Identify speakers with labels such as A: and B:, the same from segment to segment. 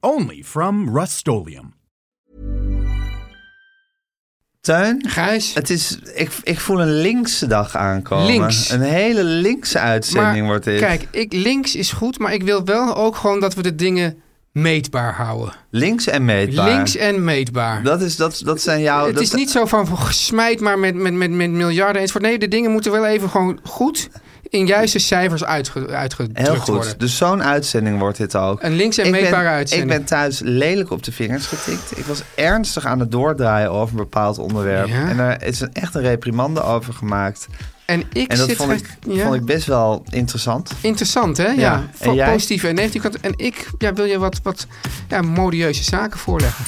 A: Only from Rust-Oleum.
B: Teun,
C: Gijs.
B: het is, ik, ik voel een linkse dag aankomen.
C: Links.
B: Een hele linkse uitzending
C: Maar
B: wordt dit.
C: Kijk, ik, links is goed, maar ik wil wel ook gewoon dat we de dingen meetbaar houden.
B: Links en meetbaar.
C: Links en meetbaar.
B: Dat, is, dat, dat zijn jouw...
C: het
B: dat-
C: is niet zo van smijt maar met, met, met, met miljarden enzovoort. Nee, de dingen moeten wel even gewoon goed in juiste cijfers uitge, uitgedrukt
B: Heel goed.
C: worden.
B: Dus zo'n uitzending wordt dit ook.
C: Een links en
B: Ik ben-
C: meetbare uitzending.
B: Ik ben thuis lelijk op de vingers getikt. Ik was ernstig aan het doordraaien over een bepaald onderwerp.
C: Ja.
B: En daar is een, echt een reprimande over gemaakt.
C: en ik
B: En dat
C: zit
B: vond ik,
C: ge- ja.
B: vond ik best wel interessant.
C: Interessant, hè? Ja.
B: Ja.
C: Voor
B: En jij?
C: positieve en negatieve kant. En ik ja, wil je wat, wat ja, modieuze zaken voorleggen.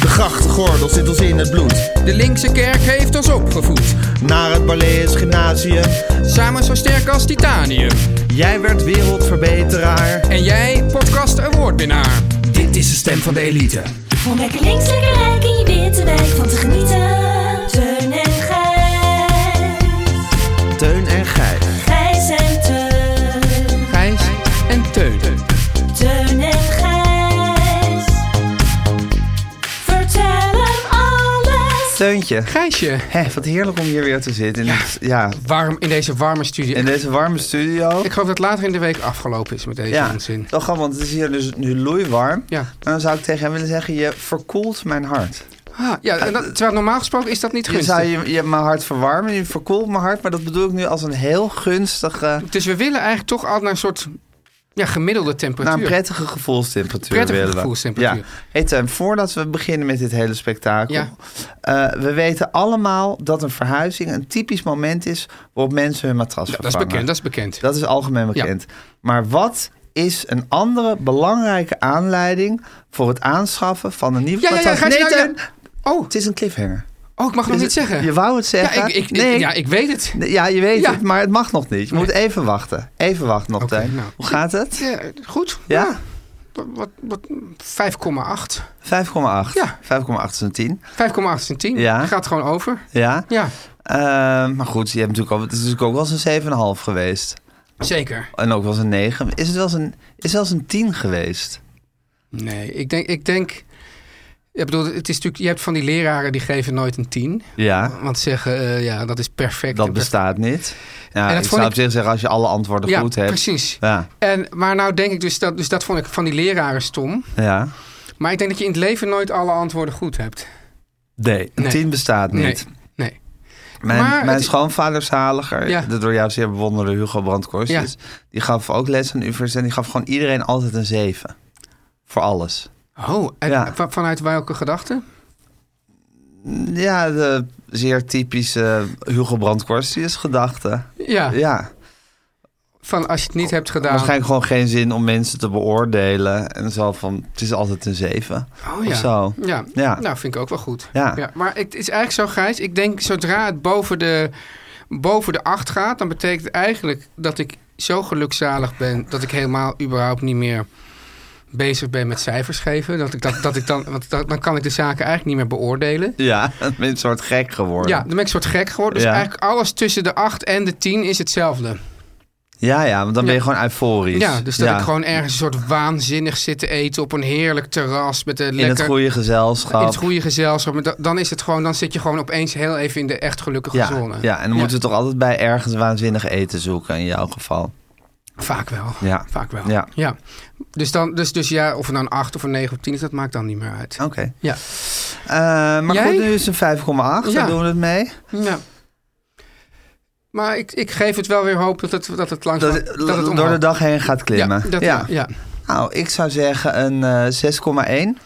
D: De grachtgordel zit ons in het bloed.
C: De linkse kerk heeft ons opgevoed.
D: Naar het Balees Gymnasium.
C: Samen zo sterk als titanium.
D: Jij werd wereldverbeteraar.
C: En jij, podcast awardwinnaar.
D: Dit is de stem van de elite.
E: Om lekker links, lekker rijk in je witte wijk van te genieten. Teun en Gijs.
D: Teun en Gijs.
E: Gijs en Teun.
C: Gijs en Teun.
E: Teun en Gijs. Vertel hem alles.
B: Steuntje.
C: Gijsje,
B: Hé, wat heerlijk om hier weer te zitten. In, het- ja,
C: warm in deze warme studio.
B: in deze warme studio.
C: Ik geloof dat later in de week afgelopen is met deze
B: Ja,
C: onzin.
B: toch wel, want het is hier dus nu loeiwarm.
C: Ja.
B: Maar dan zou ik tegen hem willen zeggen, je verkoelt mijn hart.
C: Ah, ja, en dat, terwijl normaal gesproken is dat niet
B: Eh, Je
C: gunstig.
B: zou je, je mijn hart verwarmen, je verkoelt mijn hart. Maar dat bedoel ik nu als een heel gunstige,
C: Dus we willen eigenlijk toch altijd naar een soort ja, gemiddelde
B: naar
C: temperatuur.
B: een prettige gevoelstemperatuur
C: Prettige
B: willen we.
C: gevoelstemperatuur.
B: Ja. Hey Teun, voordat we beginnen met dit hele spektakel.
C: Ja.
B: eh, we weten allemaal dat een verhuizing een typisch moment is waarop mensen hun matras
C: dat is
B: vervangen.
C: bekend, dat is bekend.
B: Dat is algemeen
C: Ja.
B: bekend. Maar wat is een andere belangrijke aanleiding voor het aanschaffen van een nieuw
C: Ja, ja, ja,
B: matras?
C: ga je
B: nee,
C: nou-
B: Teun,
C: Oh,
B: het is een cliffhanger.
C: oh, ik mag het nog
B: Is
C: niet
B: het-
C: zeggen.
B: Je wou het
C: ja,
B: zeggen.
C: ik, ik,
B: nee,
C: ja, ik weet het.
B: Nee, ja, je weet
C: Ja.
B: het, maar het mag nog niet. Je moet even wachten. Even wachten nog,
C: Oké,
B: Teun.
C: nou.
B: Hoe gaat het?
C: Ja, goed.
B: Ja?
C: Wat, wat, wat, 5,8.
B: 5,8.
C: Ja.
B: 5,8 is een 10.
C: 5,8 is een 10.
B: Ja.
C: Gaat gewoon over.
B: Ja.
C: Ja,
B: Ehm, maar goed, je hebt natuurlijk al, het is natuurlijk ook wel eens een 7,5 geweest.
C: zeker.
B: En ook wel eens een 9. Is het wel eens een, is zelfs een 10 geweest?
C: Nee, ik denk... Ik denk ik bedoel, het is natuurlijk, je hebt van die leraren die geven nooit een 10.
B: Ja.
C: Want zeggen, eh, ja, dat is perfect.
B: Dat
C: en perfect.
B: bestaat niet. Ja,
C: En dat
B: ik
C: vond
B: zou
C: ik-
B: op zich zeggen, als je alle antwoorden
C: Ja,
B: goed hebt.
C: precies.
B: Ja,
C: En, maar nou denk ik dus dat, dus dat vond ik van die leraren stom.
B: ja.
C: Maar ik denk dat je in het leven nooit alle antwoorden goed hebt.
B: Nee, een
C: Nee.
B: 10 bestaat
C: Nee,
B: niet.
C: nee.
B: Mijn,
C: Maar
B: mijn
C: het-
B: schoonvader zaliger,
C: Ja.
B: de door jou zeer bewonderde Hugo Brandkorsius, die gaf ook les aan de universiteit. Die gaf gewoon iedereen altijd een 7. Voor alles.
C: Oh, en
B: Ja.
C: va- vanuit welke gedachte?
B: Ja, de zeer typische Hugo Brandkorsius gedachte.
C: Ja,
B: Ja,
C: van als je het niet hebt gedaan.
B: waarschijnlijk gewoon geen zin om mensen te beoordelen. En zo van, het is altijd een 7.
C: Oh, ja.
B: Of zo.
C: Ja.
B: Ja.
C: nou vind ik ook wel goed.
B: Ja.
C: Maar het is eigenlijk zo, Gijs. Ik denk zodra het boven de, boven de acht gaat... dan betekent het eigenlijk dat ik zo gelukzalig ben... dat ik helemaal überhaupt niet meer bezig ben met cijfers geven. Dat ik dat, dat ik dan, want dat- dan kan ik de zaken eigenlijk niet meer beoordelen.
B: Ja, een soort gek geworden.
C: Ja, dan ben ik een soort gek geworden. Dus
B: Ja.
C: eigenlijk alles tussen de 8 en de 10 is hetzelfde.
B: Ja, ja, want dan ben je gewoon euforisch.
C: Ja, dus dat
B: Ja.
C: ik gewoon ergens een soort waanzinnig zit te eten op een heerlijk terras met een
B: In het
C: lekker
B: goede gezelschap.
C: in het goede gezelschap. Maar da- dan is het gewoon, dan zit je gewoon opeens heel even in de echt gelukkige
B: ja,
C: zone.
B: ja, en dan moeten we toch altijd bij ergens waanzinnig eten zoeken in jouw geval.
C: Vaak wel.
B: Ja.
C: Vaak wel.
B: Ja.
C: ja. Dus, dan, dus, dus ja, of het nou een 8 of een 9 of 10 is, dat maakt dan niet meer uit.
B: Oké.
C: Ja.
B: Eh, maar
C: Jij?
B: goed, nu is het een 5,8.
C: Ja.
B: Daar doen we het mee.
C: ja. Maar ik, ik geef het wel weer hoop dat het, dat het langzaam...
B: Dat,
C: Dat,
B: het
C: het
B: door de
C: omhoog-
B: dag heen gaat klimmen.
C: Ja, dat, ja. ja.
B: Nou, ik zou zeggen een eh, 6,1.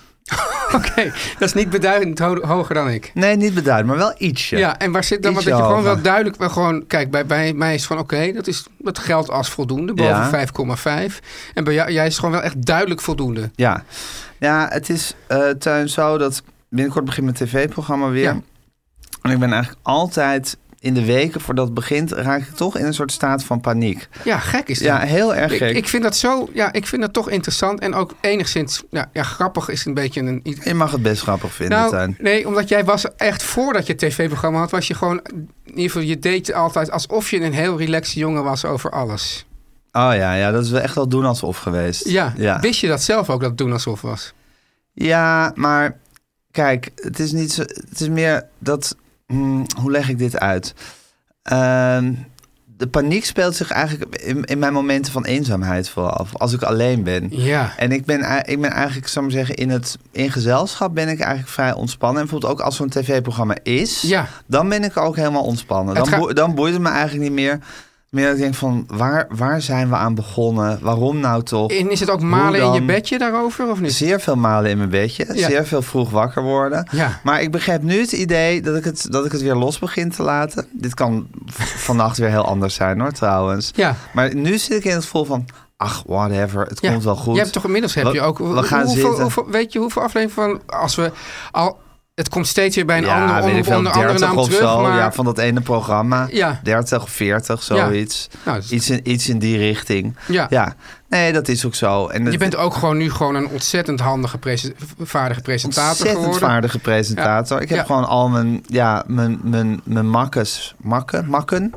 C: Oké, dat is niet beduidend ho- hoger dan ik.
B: Nee, niet beduid, maar wel ietsje.
C: Ja, en waar zit dan? Want
B: Ietsje
C: dat je gewoon wel
B: hoger.
C: duidelijk wel gewoon... Kijk, bij, bij mij is van oké, dat is dat geldt als voldoende,
B: Ja.
C: boven 5,5. En bij jou jij is gewoon wel echt duidelijk voldoende.
B: Ja, ja het is eh tuin zo dat binnenkort begint mijn tv-programma weer.
C: Ja.
B: En ik ben eigenlijk altijd in de weken voordat het begint, raak ik toch in een soort staat van paniek.
C: Ja, gek is dat.
B: Ja, heel erg
C: Ik,
B: gek.
C: ik vind dat zo, ja, ik vind dat toch interessant en ook enigszins, ja, ja grappig is een beetje een. i-
B: Je mag het best grappig vinden,
C: Nou,
B: tuin.
C: nee, omdat jij was echt voordat je het tv-programma had, was je gewoon, in ieder geval, je deed altijd alsof je een heel relaxed jongen was over alles.
B: Oh ja, ja, dat is wel echt wel doen alsof geweest.
C: Ja,
B: ja.
C: wist je dat zelf ook dat het doen alsof was?
B: Ja, maar kijk, het is niet zo. Het is meer dat. hmm, hoe leg ik dit uit? Ehm, de paniek speelt zich eigenlijk in, in mijn momenten van eenzaamheid vooral af. Als ik alleen ben.
C: Ja,
B: En ik ben, ei- ik ben eigenlijk, zou ik maar zeggen, in, het, in gezelschap ben ik eigenlijk vrij ontspannen. En bijvoorbeeld ook als zo'n tv-programma is,
C: Ja.
B: dan ben ik ook helemaal ontspannen.
C: Het
B: Dan,
C: ga-
B: boe- dan boeit het me eigenlijk niet meer. Meer dat ik denk van, waar, waar zijn we aan begonnen? Waarom nou toch?
C: en is het ook
B: Hoe
C: malen in
B: dan?
C: je bedje daarover of niet?
B: Zeer veel malen in mijn bedje.
C: Ja.
B: Zeer veel vroeg wakker worden.
C: Ja.
B: Maar ik begrijp nu het idee dat ik het, dat ik het weer los begin te laten. Dit kan v- vannacht weer heel anders zijn hoor, trouwens.
C: Ja.
B: Maar nu zit ik in het gevoel van... Ach, whatever. Het
C: Ja.
B: komt wel goed.
C: Je hebt toch inmiddels heb
B: We-
C: je ook.
B: we gaan
C: hoeveel,
B: zitten.
C: hoeveel, weet je hoeveel afleveringen van als we al het komt steeds weer bij een
B: ja,
C: ander
B: weet
C: onder,
B: ik veel,
C: onder andere
B: 30
C: naam
B: of
C: terug,
B: zo.
C: maar
B: Ja, van dat ene programma.
C: Ja.
B: 30 of 40, zoiets.
C: Nou, dat is-
B: iets, in, iets in die richting.
C: Ja.
B: Nee, dat is ook zo. En
C: Je
B: het-
C: bent ook gewoon nu gewoon een ontzettend handige, prese- vaardige presentator
B: ontzettend
C: geworden.
B: vaardige presentator.
C: Ja.
B: Ik heb
C: Ja.
B: gewoon al mijn, ja, mijn, mijn, mijn makkes, makken, makken,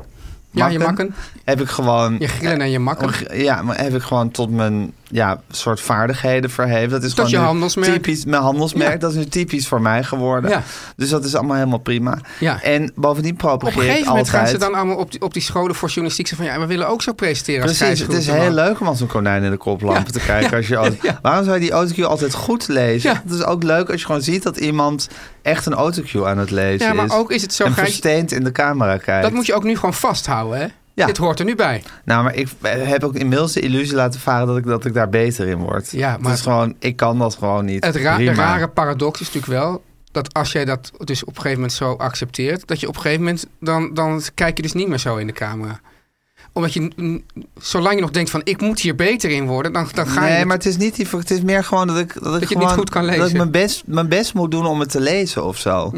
C: Ja, je makken.
B: Heb ik gewoon,
C: Je grillen en je makken.
B: ja, maar heb ik gewoon tot mijn, ja, soort vaardigheden verheven. Dat is gewoon
C: je
B: nu
C: handelsmerk.
B: Typisch, mijn handelsmerk,
C: Ja.
B: dat is nu typisch voor mij geworden.
C: Ja.
B: Dus dat is allemaal helemaal prima.
C: Ja.
B: En bovendien
C: Op
B: propageer
C: een gegeven
B: ik
C: moment
B: altijd.
C: gaan ze dan allemaal op die, op die scholen voor journalistiek zeggen van ja, we willen ook zo presenteren als
B: Precies, het is
C: Gijs
B: heel
C: Groenteman.
B: leuk om als een konijn in de koplampen
C: Ja,
B: te kijken.
C: ja,
B: als je auto-
C: ja.
B: Waarom zou je die autocue altijd goed lezen?
C: Ja.
B: Het is ook leuk als je gewoon ziet dat iemand echt een autocue aan het lezen
C: Ja, maar
B: is.
C: ook is het zo,
B: En
C: Gijs-
B: versteend in de camera kijkt.
C: Dat moet je ook nu gewoon vasthouden, hè?
B: Ja.
C: Dit hoort er nu bij.
B: Nou, maar ik heb ook inmiddels de illusie laten varen dat ik, dat ik daar beter in word.
C: Ja,
B: het
C: maar-
B: is gewoon, ik kan dat gewoon niet.
C: Het ra- de
B: Prima.
C: rare paradox is natuurlijk wel dat als jij dat dus op een gegeven moment zo accepteert, dat je op een gegeven moment dan, dan kijk je dus niet meer zo in de camera omdat je, mm, zolang je nog denkt van ik moet hier beter in worden, dan, dan ga je.
B: Nee,
C: het-
B: maar het is niet die. Het is meer gewoon dat ik. Dat, ik
C: het niet
B: gewoon,
C: goed kan
B: Dat ik
C: lezen. Mm.
B: mijn best, mijn best moet doen om het te lezen of zo.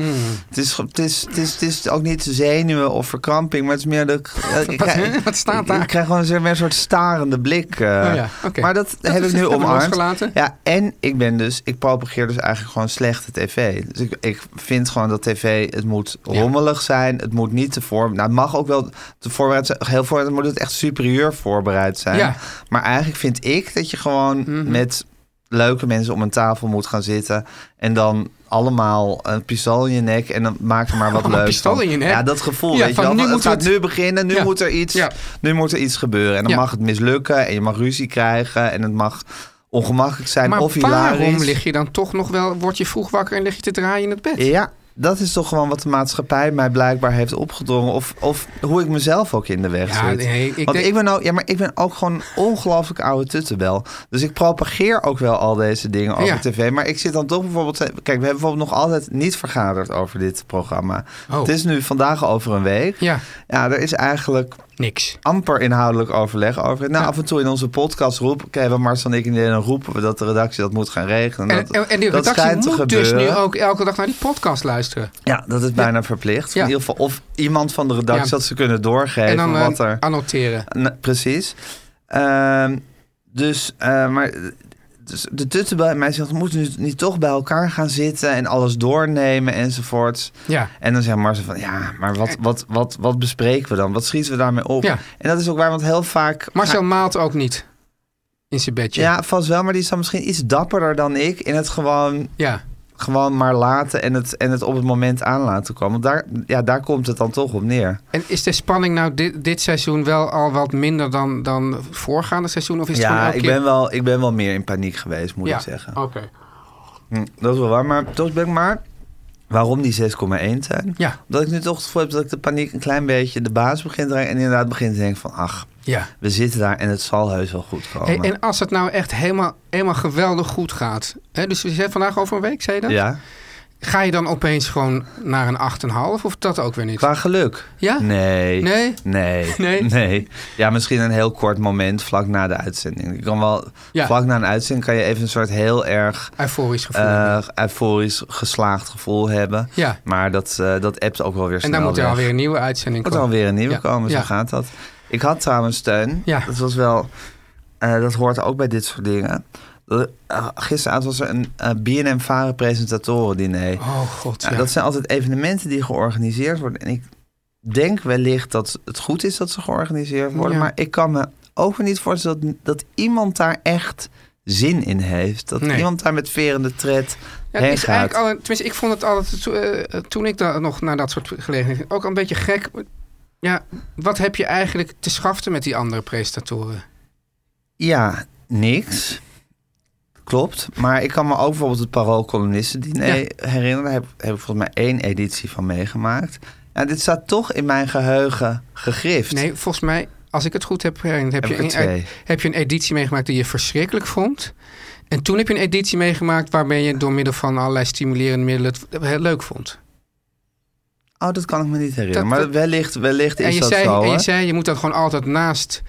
B: Het, is, het, is, het, is, het is ook niet zenuwen of verkramping, maar het is meer dat ik. eh, ik krijg-
C: wat staat daar?
B: Ik krijg gewoon een, een soort starende blik. eh.
C: Oh ja, oké.
B: Maar dat,
C: Dat
B: heb ik
C: is-
B: nu
C: hebben we
B: omarmd.
C: losgelaten.
B: Ja, en ik ben dus, ik propageer dus eigenlijk gewoon slechte tv. Dus ik, ik vind gewoon dat tv, het moet rommelig zijn. Het moet niet te voor. Nou, het mag ook wel te voorbereid zijn. Heel voorbereid, moet het echt superieur voorbereid zijn.
C: Ja. Mhm.
B: Maar eigenlijk vind ik dat je gewoon met leuke mensen om een tafel moet gaan zitten. En dan allemaal een pistool in je nek. En dan maak er maar wat
C: Allemaal
B: leuks
C: pistool
B: van.
C: in je nek?
B: Ja, dat gevoel.
C: Ja,
B: weet je
C: van
B: wel.
C: nu
B: Het
C: moeten we
B: gaat
C: het-
B: nu beginnen. Nu
C: Ja.
B: moet er iets.
C: Ja.
B: Nu moet er iets gebeuren. En dan
C: Ja.
B: mag het mislukken. En je mag ruzie krijgen. En het mag ongemakkelijk zijn.
C: Maar
B: of
C: waarom
B: hilarisch.
C: lig je dan toch nog wel, word je vroeg wakker en lig je te draaien in het bed?
B: Ja, dat is toch gewoon wat de maatschappij mij blijkbaar heeft opgedrongen. Of, of hoe ik mezelf ook in de weg
C: Ja,
B: zit.
C: nee, ik
B: Want
C: denk-
B: ik ben ook, ja, maar ik ben ook gewoon ongelooflijk oude tuttenbel. Dus ik propageer ook wel al deze dingen over
C: Ja.
B: tv. Maar ik zit dan toch bijvoorbeeld... eh, Kijk, we hebben bijvoorbeeld nog altijd niet vergaderd over dit programma.
C: Oh.
B: Het is nu vandaag over een week.
C: Ja.
B: ja, er is eigenlijk
C: Niks.
B: amper inhoudelijk overleg over. Nou, af en toe in onze podcast roep, oké, we Mars en ik en dan roepen we dat de redactie dat moet gaan regelen.
C: En,
B: dat,
C: en, en die
B: dat
C: redactie
B: schijnt te
C: moet dus nu
B: gebeuren.
C: ook elke dag naar die podcast luisteren.
B: Ja, dat is bijna verplicht.
C: Ja.
B: In ieder geval, of iemand van de redactie
C: Ja.
B: dat ze kunnen doorgeven
C: en dan eh,
B: wat er.
C: annoteren.
B: Nou, precies. Ehm, dus, eh, maar dus de tuttenbel en mij zegt, moeten nu niet toch bij elkaar gaan zitten en alles doornemen enzovoort.
C: Ja.
B: En dan zegt Marcel van, ja, maar wat, wat, wat, wat bespreken we dan? Wat schieten we daarmee op?
C: Eh. Ja.
B: En dat is ook waar, want heel vaak...
C: Marcel maalt ook niet in zijn bedje.
B: Ja, vast wel, maar die is dan misschien iets dapperder dan ik in het gewoon
C: Ja.
B: gewoon maar laten en het, en het op het moment aan laten komen. Want daar, ja, daar komt het dan toch op neer.
C: En is de spanning nou dit, dit seizoen wel al wat minder dan, dan voorgaande seizoen? Of is het gewoon
B: Ja,
C: elke
B: ik
C: keer-
B: ben, wel, ik ben wel meer in paniek geweest, moet
C: ja. Oh.
B: ik zeggen.
C: Oké.
B: Hm, Dat is wel waar, maar toch ben ik maar... Waarom die 6,1 zijn?
C: Ja,
B: Omdat ik nu toch het gevoel heb dat ik de paniek een klein beetje de baas begint te raken. En inderdaad begint te denken van, ach,
C: ja.
B: we zitten daar en het zal heus wel goed komen.
C: Hey, en als het nou echt helemaal, helemaal geweldig goed gaat. Hè, dus je zei vandaag over een week, zei je dat?
B: ja,
C: Ga je dan opeens gewoon naar een 8,5 of dat ook weer niet?
B: qua geluk.
C: Ja?
B: Nee.
C: Nee?
B: Nee.
C: Nee?
B: Ja, misschien een heel kort moment vlak na de uitzending. Je kan wel,
C: Ja.
B: vlak na een uitzending kan je even een soort heel erg
C: Euforisch gevoel.
B: eh euforisch geslaagd gevoel hebben.
C: Ja.
B: Maar dat, eh dat appt ook wel weer
C: en
B: snel
C: dan moet er
B: weg.
C: alweer een nieuwe uitzending
B: moet er alweer een nieuwe
C: Ja.
B: komen, zo
C: Ja.
B: gaat dat. Ik had trouwens steun.
C: Ja.
B: Dat was wel... eh, dat hoort ook bij dit soort dingen. Dat- eh, gisteravond was er een eh, BNM Varen presentatoren-diner.
C: Oh god, ja.
B: Ja, Eh, Dat zijn altijd evenementen die georganiseerd worden. En ik denk wellicht dat het goed is dat ze georganiseerd worden.
C: Ja.
B: Maar ik kan me ook weer niet voorstellen dat, dat iemand daar echt zin in heeft. Dat
C: Nee.
B: iemand daar met verende tred
C: Ja, het
B: heen
C: is
B: gaat.
C: eigenlijk al, een- tenminste, ik vond het altijd, to- eh, toen ik daar nog naar dat soort gelegenheden, ook al een beetje gek. Ja, wat heb je eigenlijk te schaften met die andere presentatoren?
B: Ja, niks. Klopt. Maar ik kan me ook bijvoorbeeld het Parool Columnistendiner herinneren. Daar heb, heb ik volgens mij één editie van meegemaakt. Ja, dit staat toch in mijn geheugen gegrift.
C: Nee, volgens mij, als ik het goed heb herinnerd, heb,
B: Heb
C: je
B: ik er
C: een- eh,
B: twee.
C: heb je een editie meegemaakt die je verschrikkelijk vond. En toen heb je een editie meegemaakt waarbij je door middel van allerlei stimulerende middelen het heel leuk vond.
B: Oh, dat kan ik me niet herinneren.
C: Dat-
B: maar wellicht, wellicht
C: En
B: is
C: je,
B: dat
C: zei,
B: zo.
C: en
B: hè?
C: je zei, je moet dan gewoon altijd naast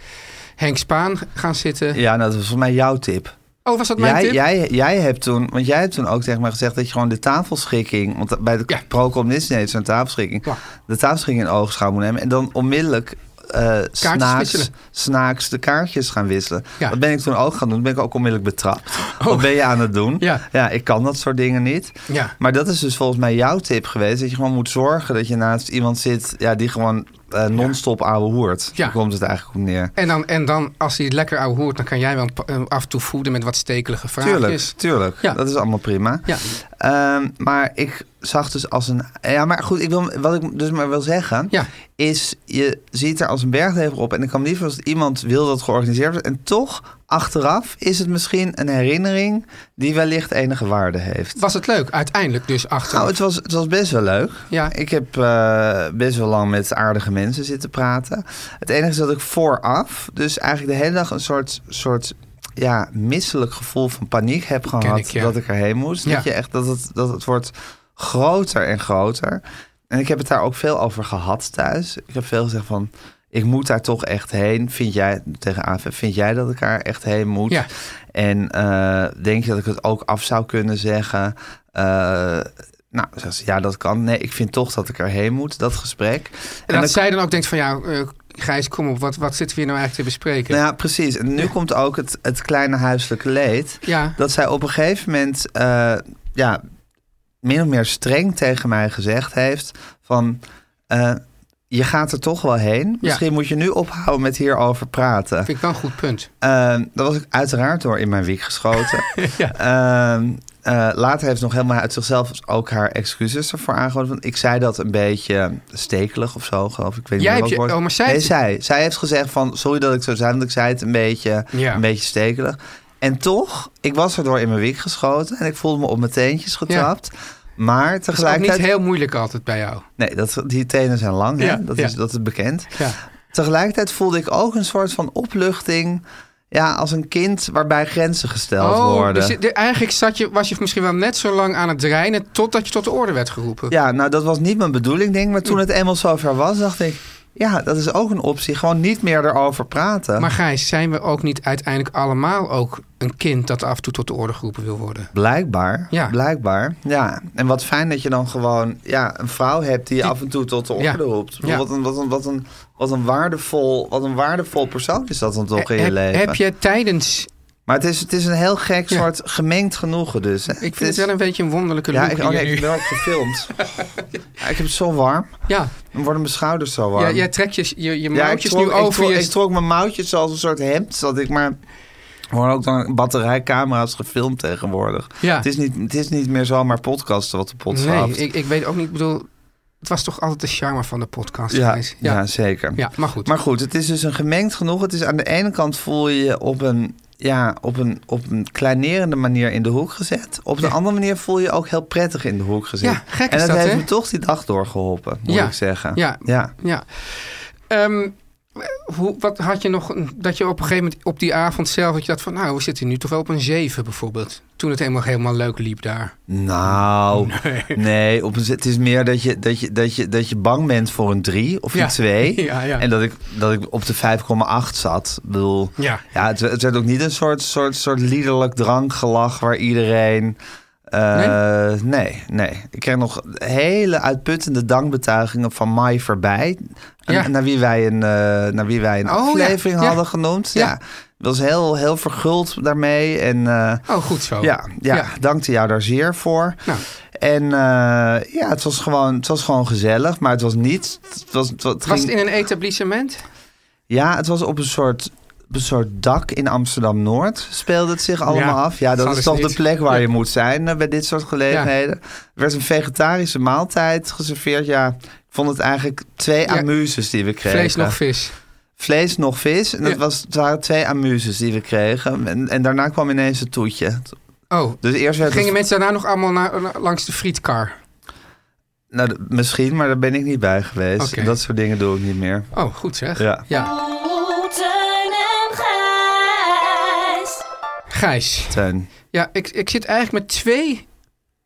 C: Henk Spaan gaan zitten.
B: Ja, nou, dat was volgens mij jouw tip.
C: Oh, was dat mijn
B: Jij,
C: tip?
B: jij, jij hebt toen, want jij hebt toen ook tegen mij gezegd dat je gewoon de tafelschikking, want bij de
C: Ja.
B: pro-communisten heeft zo'n tafelschikking,
C: Ja.
B: de tafelschikking in oogschouw moet nemen en dan onmiddellijk eh snaaks,
C: wisselen.
B: snaaks de kaartjes gaan wisselen.
C: Ja. Oh.
B: Dat ben ik toen ook gaan doen. Dat ben ik ook onmiddellijk betrapt. Wat ben je aan het doen?
C: Ja.
B: ik kan dat soort dingen niet.
C: Ja.
B: Maar dat is dus volgens mij jouw tip geweest, dat je gewoon moet zorgen dat je naast iemand zit ja, die gewoon eh, non-stop ouwe hoert.
C: Ja.
B: Daar komt het eigenlijk op neer.
C: En dan, en dan, als hij het lekker ouwe hoort, dan kan jij wel een pa- eh, af en toe voeden met wat stekelige vraagjes.
B: Tuurlijk, tuurlijk.
C: Ja.
B: Dat is allemaal prima.
C: Ja.
B: Ehm, maar ik zag dus als een... Ja, maar goed, ik wil, wat ik dus maar wil zeggen...
C: Ja.
B: is je ziet er als een berglever op. En ik kan me niet voorstellen dat iemand wil dat het georganiseerd wordt. En toch, achteraf, is het misschien een herinnering... die wellicht enige waarde heeft.
C: Was het leuk, uiteindelijk dus achter.
B: Nou, het was, het was best wel leuk.
C: Ja.
B: Ik heb eh, best wel lang met aardige mensen zitten praten. Het enige is dat ik vooraf, dus eigenlijk de hele dag, een soort, soort ja, misselijk gevoel van paniek heb gehad.
C: ik, ja.
B: Dat ik erheen moest.
C: Ja.
B: Dat, je echt, dat, het, dat het wordt groter en groter. En ik heb het daar ook veel over gehad thuis. Ik heb veel gezegd van. Ik moet daar toch echt heen. Vind jij, tegen AV, vind jij dat ik daar echt heen moet?
C: Ja.
B: En eh, denk je dat ik het ook af zou kunnen zeggen? Eh, nou, zegt ze, ja, dat kan. Nee, ik vind toch dat ik erheen moet, dat gesprek.
C: en dat
B: dan-
C: zij dan ook denkt van, ja, eh, Gijs, kom op, wat, wat zitten we hier nou eigenlijk te bespreken?
B: nou ja, precies. En nu komt ook het, het kleine huiselijke leed.
C: Ja.
B: Dat zij op een gegeven moment, eh, ja, min of meer streng tegen mij gezegd heeft: van eh, je gaat er toch wel heen. Misschien moet je nu ophouden met hierover praten.
C: Vind ik wel een goed punt.
B: Ehm daar was ik uiteraard door in mijn wiek geschoten. Ehm, eh, later heeft ze nog helemaal uit zichzelf ook haar excuses ervoor aangeboden. Want ik zei dat een beetje stekelig of zo, geloof ik. ik weet niet
C: Jij
B: meer
C: hebt
B: welk woord.
C: je- oh, maar zij
B: Nee,
C: heeft-
B: zij. Zij heeft gezegd van, sorry dat ik zo zei, want ik zei het een beetje,
C: Ja.
B: een beetje stekelig. En toch, ik was erdoor in mijn wiek geschoten. En ik voelde me op mijn teentjes getrapt. Maar
C: Dat is ook
B: tegelijkertijd...
C: niet heel moeilijk altijd bij jou.
B: Nee, dat, die tenen zijn lang, hè?
C: Ja,
B: dat,
C: ja.
B: Is, dat is bekend.
C: Ja.
B: Tegelijkertijd voelde ik ook een soort van opluchting. Ja, als een kind waarbij grenzen gesteld worden.
C: dus je- de- eigenlijk zat je, was je misschien wel net zo lang aan het dreinen totdat je tot de orde werd geroepen.
B: Ja, nou dat was niet mijn bedoeling, denk ik. Maar toen het eenmaal zover was, dacht ik... Ja, dat is ook een optie. Gewoon niet meer erover praten.
C: Maar Gijs, zijn we ook niet uiteindelijk allemaal ook een kind dat af en toe tot de orde geroepen wil worden?
B: Blijkbaar.
C: Ja.
B: Blijkbaar. Ja. En wat fijn dat je dan gewoon ja, een vrouw hebt die, je af en toe tot de orde
C: Ja.
B: roept.
C: Ja.
B: Wat, een, wat, een, wat, een, wat, een waardevol, wat een waardevol persoon is dat dan toch in je
C: heb,
B: leven.
C: heb je tijdens...
B: Maar het is, het is een heel gek
C: Ja.
B: soort gemengd genoegen dus. hè.
C: Ik vind
B: is-
C: het wel een beetje een wonderlijke
B: Ja,
C: look
B: ik,
C: die
B: oh nee,
C: je
B: ik
C: nu-
B: ben ook gefilmd. Ja, ik heb het zo warm.
C: Ja,
B: Dan worden mijn schouders zo warm.
C: Ja, jij trekt je, je, je
B: Ja, ik
C: mouwtjes
B: trok-
C: nu
B: ik
C: over
B: trok-
C: je...
B: Ik trok mijn mouwtjes als een soort hemd, zodat ik maar... Er worden ook dan batterijcamera's gefilmd tegenwoordig.
C: Ja.
B: Het, is niet, het is niet meer zomaar podcasten wat de pot
C: Ah. Nee,
B: schaft.
C: ik, ik weet ook niet. Ik bedoel, het was toch altijd de charme van de podcast.
B: ja,
C: Gijs?
B: ja.
C: ja.
B: zeker.
C: Ja, maar goed.
B: Maar goed, het is dus een gemengd genoeg. Het is aan de ene kant voel je je op een, ja, op een, op een kleinerende manier in de hoek gezet. Op de
C: Ja.
B: andere manier voel je je ook heel prettig in de hoek gezet.
C: Ja, gek
B: en
C: is dat,
B: heeft
C: hè?
B: me toch die dag doorgeholpen, moet
C: Ja.
B: ik zeggen.
C: Ja.
B: ja.
C: Ja. Ehm, hoe, wat had je nog, dat je op een gegeven moment op die avond zelf, dat je dacht van, nou, we zitten nu toch wel op een 7 bijvoorbeeld. Toen het helemaal, helemaal leuk liep daar.
B: Nou, nee. op een, het is meer dat je, dat, je, dat, je, dat je bang bent voor een 3 of
C: Ja.
B: een 2.
C: Ja, ja.
B: En dat ik, dat ik op de 5,8 zat. Ik bedoel,
C: Ja.
B: ja, het, het werd ook niet een soort, soort, soort liederlijk drankgelach waar iedereen. eh, nee? nee, Ik kreeg nog hele uitputtende dankbetuigingen van Mai voorbij.
C: Ja.
B: Naar wie wij een, eh, naar wie wij een
C: Oh, ja.
B: aflevering
C: Ja.
B: hadden genoemd.
C: Ja.
B: Ja. Was heel, heel verguld daarmee. En eh,
C: Oh, goed zo.
B: ja, ja, dankte jou daar zeer voor.
C: Nou.
B: En eh, ja, het was, gewoon, het was gewoon gezellig, maar het was niet... Het was, het, het
C: Was
B: ging-
C: het in een etablissement?
B: Ja, het was op een soort, op een soort dak in Amsterdam-Noord speelde het zich allemaal
C: Ja,
B: af. Ja,
C: zal
B: dat is
C: dus
B: toch de
C: niet.
B: plek waar je moet zijn eh, bij dit soort gelegenheden. Er werd een vegetarische maaltijd geserveerd. Ja, ik vond het eigenlijk twee
C: Ja.
B: amuses die we kregen.
C: Vlees nog vis.
B: Vlees nog vis. En dat
C: Ja.
B: was, het waren twee amuses die we kregen. En, en daarna kwam ineens het toetje.
C: Oh,
B: Dus eerst werd het
C: gingen mensen daarna nog allemaal naar, naar- langs de frietkar?
B: Nou, d- misschien, maar daar ben ik niet bij geweest.
C: Oké.
B: Dat soort dingen doe ik niet meer.
C: Oh, goed zeg.
B: Ja.
E: Oh, Teun en Gijs.
C: Gijs.
B: Teun.
C: Ja, ik, ik zit eigenlijk met twee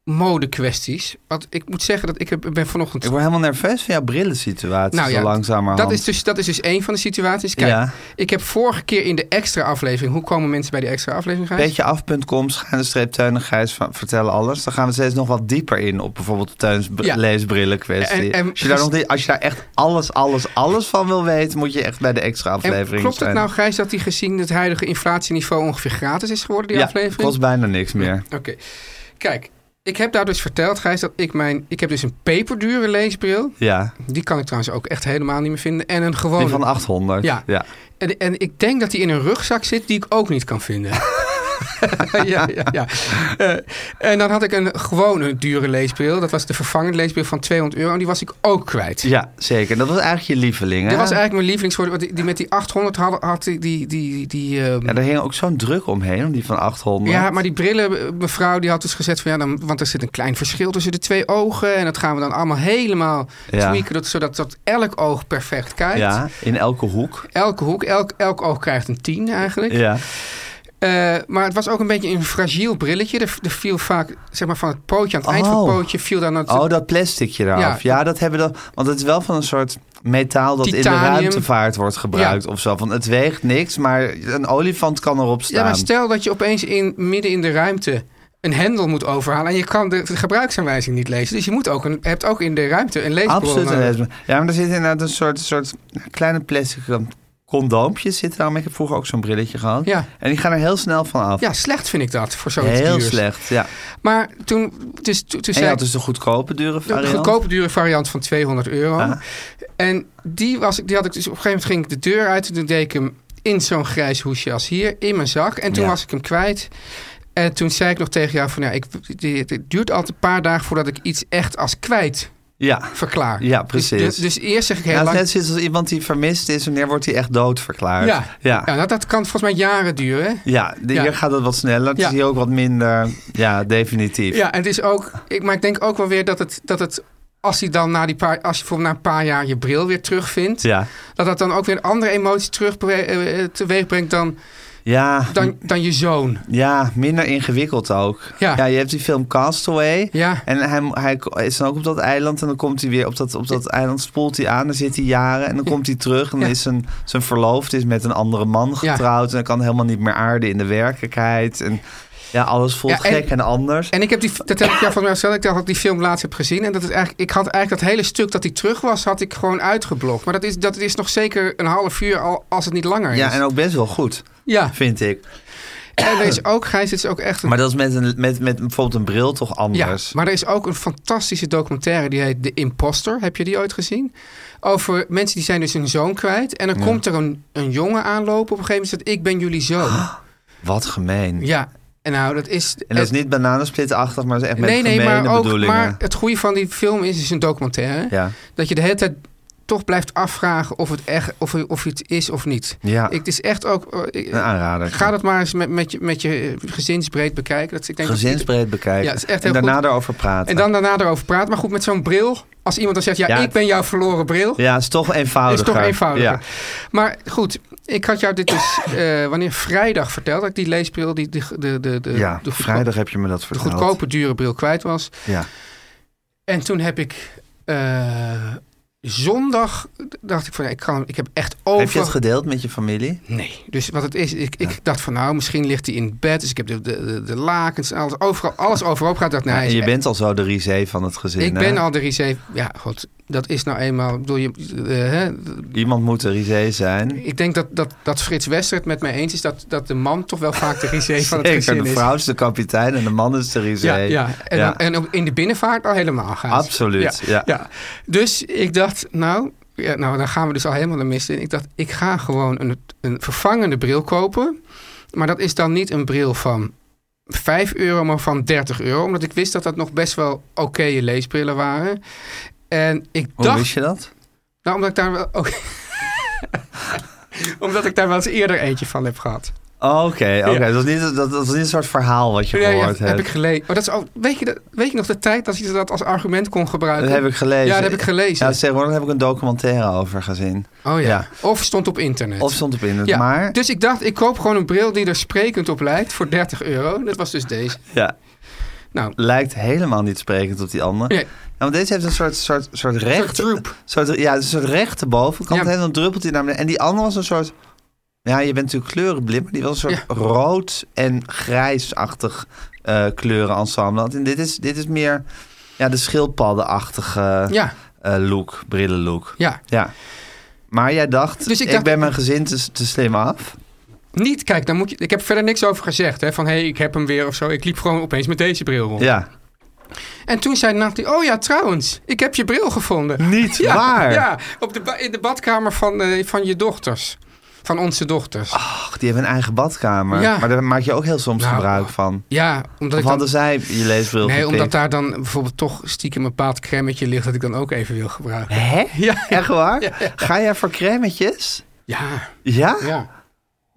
C: modekwesties. Want ik moet zeggen dat ik heb- ik ben vanochtend...
B: Ik word helemaal nerveus van jouw brillensituatie.
C: Nou
B: zo
C: ja,
B: langzamerhand.
C: Dat is, dus, dat is dus één van de situaties. Kijk,
B: Ja.
C: ik heb vorige keer in de extra aflevering... Hoe komen mensen bij die extra aflevering, Gijs?
B: Beetje af.com, schuine streep Teun en Gijs van- vertellen alles. Dan gaan we steeds nog wat dieper in op bijvoorbeeld Teun's br-
C: Ja.
B: leesbrillen kwestie.
C: En- en-
B: als, je daar nog niet, als je daar echt alles, alles, alles van wil weten, moet je echt bij de extra aflevering
C: en klopt het
B: zijn.
C: nou, Gijs, dat die gezien het huidige inflatieniveau ongeveer gratis is geworden, die
B: ja,
C: aflevering?
B: kost bijna niks meer.
C: Oké. Kijk, ik heb daar dus verteld, Gijs, dat ik mijn... Ik heb dus een peperdure leesbril.
B: Ja,
C: Die kan ik trouwens ook echt helemaal niet meer vinden. En een
B: die
C: gewone.
B: van 800.
C: Ja.
B: ja.
C: En, en ik denk dat die in een rugzak zit die ik ook niet kan vinden. ja, ja, ja. Eh, en dan had ik een gewone dure leesbril. Dat was de vervangende leesbril van 200 euro. En die was ik ook kwijt.
B: Ja, zeker. Dat was eigenlijk je lieveling. Hè?
C: Dat was eigenlijk mijn lievelingswoord. want Die, die met die 800 had, had die... die, die, die ehm,
B: Ja, daar hing ook zo'n druk omheen, om die van 800.
C: Ja, maar die brillen, mevrouw, die had dus gezegd van ja, dan, want er zit een klein verschil tussen de twee ogen. En dat gaan we dan allemaal helemaal
B: Ja.
C: tweaken, dat, zodat dat elk oog perfect kijkt.
B: Ja, in elke hoek.
C: Elke hoek, elk, elk oog krijgt een 10 eigenlijk.
B: Ja.
C: Eh, maar het was ook een beetje een fragiel brilletje. Er, er viel vaak, zeg maar, van het pootje aan het eind van
B: Oh.
C: het pootje viel dan het...
B: Oh, dat plasticje eraf.
C: Ja.
B: Ja, dat hebben we dan. Want het is wel van een soort metaal dat in de
C: Titanium.
B: ruimtevaart wordt gebruikt of zo. Van het weegt niks, maar een olifant kan erop
C: ja,
B: staan.
C: maar stel dat je opeens in, midden in de ruimte een hendel moet overhalen... en je kan de, de gebruiksaanwijzing niet lezen. Dus je moet ook een, hebt ook in de ruimte een leesbril
B: Absoluut. eh,
C: nodig.
B: een Ja, maar er zit inderdaad een soort, soort kleine plastic condoompje zit er aan. Ik heb vroeger ook zo'n brilletje gehad.
C: Ja.
B: En die gaan er heel snel van af.
C: Ja, slecht vind ik dat voor zoiets
B: heel
C: duurs.
B: slecht. Ja.
C: Maar toen, dus,
B: En
C: toen, toen
B: je
C: zei ik,
B: had dus de goedkope dure
C: de
B: variant.
C: goedkope dure variant van 200 euro.
B: Ah.
C: En die, was, ik- die had ik dus op een gegeven moment ging ik de deur uit. En toen deed ik hem in zo'n grijs hoesje als hier, in mijn zak. En toen
B: Ja.
C: was ik hem kwijt. En toen zei ik nog tegen jou van, ja, ik, die- het duurt altijd een paar dagen voordat ik iets echt als kwijt
B: Ja.
C: verklaar.
B: Ja,
C: Dus-
B: precies.
C: Dus, dus eerst zeg ik heel
B: Ja, het is
C: lang...
B: net zoiets als iemand die vermist is, wanneer wordt hij echt doodverklaard?
C: Ja, ja.
B: ja.
C: nou, dat kan volgens mij jaren duren. hè?
B: Ja, de-
C: Ja.
B: hier gaat het wat sneller. Het
C: Ja.
B: is hier ook wat minder, ja, definitief.
C: Ja, en het is ook, ik, maar ik denk ook wel weer dat het, dat het als, hij dan na die paar, als je voor na een paar jaar je bril weer terugvindt,
B: Ja,
C: dat dat dan ook weer een andere emotie terug eh, teweeg brengt dan,
B: ja,
C: dan, dan je zoon.
B: ja, minder ingewikkeld ook.
C: Ja.
B: je hebt die film Castaway.
C: Ja.
B: En hij, hij ko- is dan ook op dat eiland. En dan komt hij weer op dat, op dat eiland, spoelt hij aan. Dan zit hij jaren en dan komt hij terug. En dan
C: Ja.
B: is zijn, zijn verloofd is met een andere man
C: Ja.
B: getrouwd. En hij kan helemaal niet meer aarden in de werkelijkheid. En ja, alles voelt
C: Ja, en-
B: gek en anders.
C: En ik heb die, dat heb ik jou van mij verteld, ik dacht dat ik die film laatst heb gezien. En dat is eigenlijk, ik had eigenlijk dat hele stuk dat hij terug was, had ik gewoon uitgeblokt. Maar dat is, dat is nog zeker een half uur al, als het niet langer is.
B: ja, en ook best wel goed,
C: ja.
B: vind ik.
C: en er is ook, Gijs, dit is ook echt een...
B: Maar dat is met, een, met, met bijvoorbeeld een bril toch
C: ja,
B: anders.
C: maar er is ook een fantastische documentaire die heet The Imposter. Heb je die ooit gezien? Over mensen die zijn dus hun zoon kwijt. En dan komt er een, een jongen aanlopen op een gegeven moment. Zegt, ik ben jullie zoon.
B: Wat gemeen.
C: Ja, en nou, dat is...
B: Ah. En dat is niet bananensplitachtig, maar is echt met
C: nee, nee,
B: gemene
C: maar ook...
B: bedoelingen.
C: Maar het goede van die film is, het is een documentaire...
B: Ja.
C: dat je de hele tijd toch blijft afvragen of het, echt, of, of het is of niet.
B: Ja,
C: Ik, het is echt ook... eh, ik-
B: een aanrader.
C: Ga dat maar eens met, met, je, met je eh, gezinsbreed bekijken. Dat, ik denk dat-
B: Gezinsbreed bekijken.
C: Ja, het is echt
B: en
C: heel
B: daarna
C: goed.
B: daarover praten.
C: en dan daarna erover praten. Maar goed, met zo'n bril. Als iemand dan zegt, ja,
B: Ja,
C: ik ben jouw verloren bril.
B: Ja, het is toch
C: is
B: eenvoudiger.
C: toch eenvoudiger.
B: Ja.
C: Maar goed, ik had jou dit dus eh, wanneer vrijdag verteld. Dat ik die leesbril, die, die- de, de, de,
B: Ja,
C: de, goedko-
B: vrijdag heb je me dat
C: de
B: verteld.
C: goedkope dure bril kwijt was.
B: Ja.
C: En toen heb ik eh, zondag, dacht ik van, ik, kan, ik heb echt over...
B: Heb je het gedeeld met je familie?
C: Nee. Dus wat het is, ik, ik dacht van nou, misschien ligt hij in bed. Dus ik heb de, de, de, de lakens en alles, overal, alles overhoop gaat. Ik Dacht, nee, hij
B: en
C: is
B: je bent al zo de risé van het gezin.
C: Ik
B: hè?
C: ben al de risé. Ja, god, dat is nou eenmaal. ik Bedoel je, eh, hè,
B: Iemand moet de risé zijn.
C: ik denk dat, dat, dat Frits Wester het met mij eens is dat, dat de man toch wel vaak de risé van het
B: Zeker,
C: gezin
B: de
C: is.
B: vrouw is de kapitein en de man is de risé.
C: Ja, ja. En,
B: Ja.
C: dan- en ook in de binnenvaart al helemaal gaat.
B: Absoluut, ja.
C: ja. Dus ik dacht, nou, ja, nou, dan gaan we dus al helemaal de mist in. Ik dacht, ik ga gewoon een, een vervangende bril kopen. Maar dat is dan niet een bril van 5 euro, maar van 30 euro. Omdat ik wist dat dat nog best wel oké leesbrillen waren. En ik
B: Hoe
C: dacht...
B: wist je dat?
C: Nou, omdat ik daar wel ook... omdat ik daar wel eens eerder eentje van heb gehad.
B: Oh, Oké, oké.
C: Ja.
B: dat, is niet- dat, dat is niet een soort verhaal wat je
C: Ja, ja,
B: gehoord
C: heb
B: hebt.
C: ik gelezen. Oh, dat is ook, weet, je, dat- weet je nog de tijd dat je dat als argument kon gebruiken?
B: dat heb ik gelezen.
C: Ja, dat heb ik gelezen.
B: Ja, tegenwoordig heb ik een documentaire over gezien.
C: Oh ja.
B: Ja.
C: Of stond op internet.
B: Of stond op internet,
C: ja.
B: maar...
C: Dus ik dacht, ik koop gewoon een bril die er sprekend op lijkt voor 30 euro. Dat was dus deze.
B: Ja.
C: Nou.
B: Lijkt helemaal niet sprekend op die andere.
C: Nee.
B: Ja, want deze heeft een soort, soort, soort recht...
C: troep.
B: soort- ja, een soort rechte bovenkant.
C: Ja.
B: En dan druppelt hij naar beneden. En die andere was een soort... Ja, je bent natuurlijk kleurenblind, maar die was een soort
C: Ja.
B: rood- en grijsachtig eh kleurenensemble. had. En dit is, dit is meer ja, de schildpaddenachtige
C: Ja,
B: eh, look, brillenlook.
C: ja.
B: Ja. Maar jij dacht,
C: Dus ik
B: ik,
C: dacht-
B: ben mijn gezin te, te slim af.
C: Niet, kijk, dan moet je, ik heb verder niks over gezegd. Hè, van hé, hey, ik heb hem weer of zo. Ik liep gewoon opeens met deze bril rond.
B: Ja.
C: En toen zei Nathalie, oh ja, trouwens, ik heb je bril gevonden.
B: Niet
C: Ja,
B: waar.
C: Ja, op de, ba- in de badkamer van, eh, van je dochters. Van onze dochters.
B: Ach, die hebben een eigen badkamer.
C: Ja.
B: Maar daar maak je ook heel soms
C: Nou,
B: gebruik van.
C: ja, omdat
B: Of
C: ik dan-
B: hadden zij je leesbril
C: Nee,
B: gepikt?
C: omdat daar dan bijvoorbeeld toch stiekem een bepaald cremmetje ligt dat ik dan ook even wil gebruiken.
B: Hè?
C: Ja,
B: Echt waar? Ga jij voor crèmetjes?
C: ja,
B: Ja?
C: ja.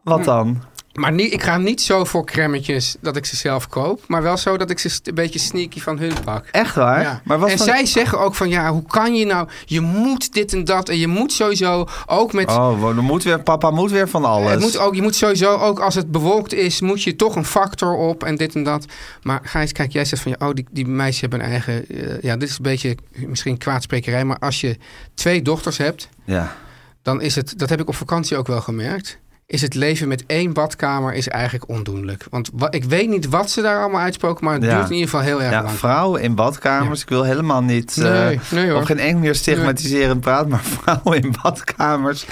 B: Wat dan?
C: Maar niet, ik ga niet zo voor cremmetjes dat ik ze zelf koop. Maar wel zo dat ik ze st- een beetje sneaky van hun pak.
B: Echt waar?
C: Ja.
B: Maar wat
C: en
B: van-
C: zij zeggen ook van ja, hoe kan je nou? Je moet dit en dat. En je moet sowieso ook met.
B: Oh, we- er moet weer, papa moet weer van alles.
C: het moet ook, je moet sowieso ook als het bewolkt is, moet je toch een factor op en dit en dat. Maar Gijs, kijk, jij zegt van ja, oh, die, die meisjes hebben een eigen. eh, ja, dit is een beetje misschien kwaadsprekerij. Maar als je twee dochters hebt,
B: Ja.
C: dan is het, dat heb ik op vakantie ook wel gemerkt, is het leven met één badkamer is eigenlijk ondoenlijk. Want wa- ik weet niet wat ze daar allemaal uitspoken, maar het
B: Ja.
C: duurt in ieder geval heel erg
B: ja,
C: lang.
B: vrouwen in badkamers. Ik wil helemaal niet... eh,
C: Nee, nee, hoor.
B: Op geen enkel meer stigmatiserend praten, maar vrouwen in badkamers.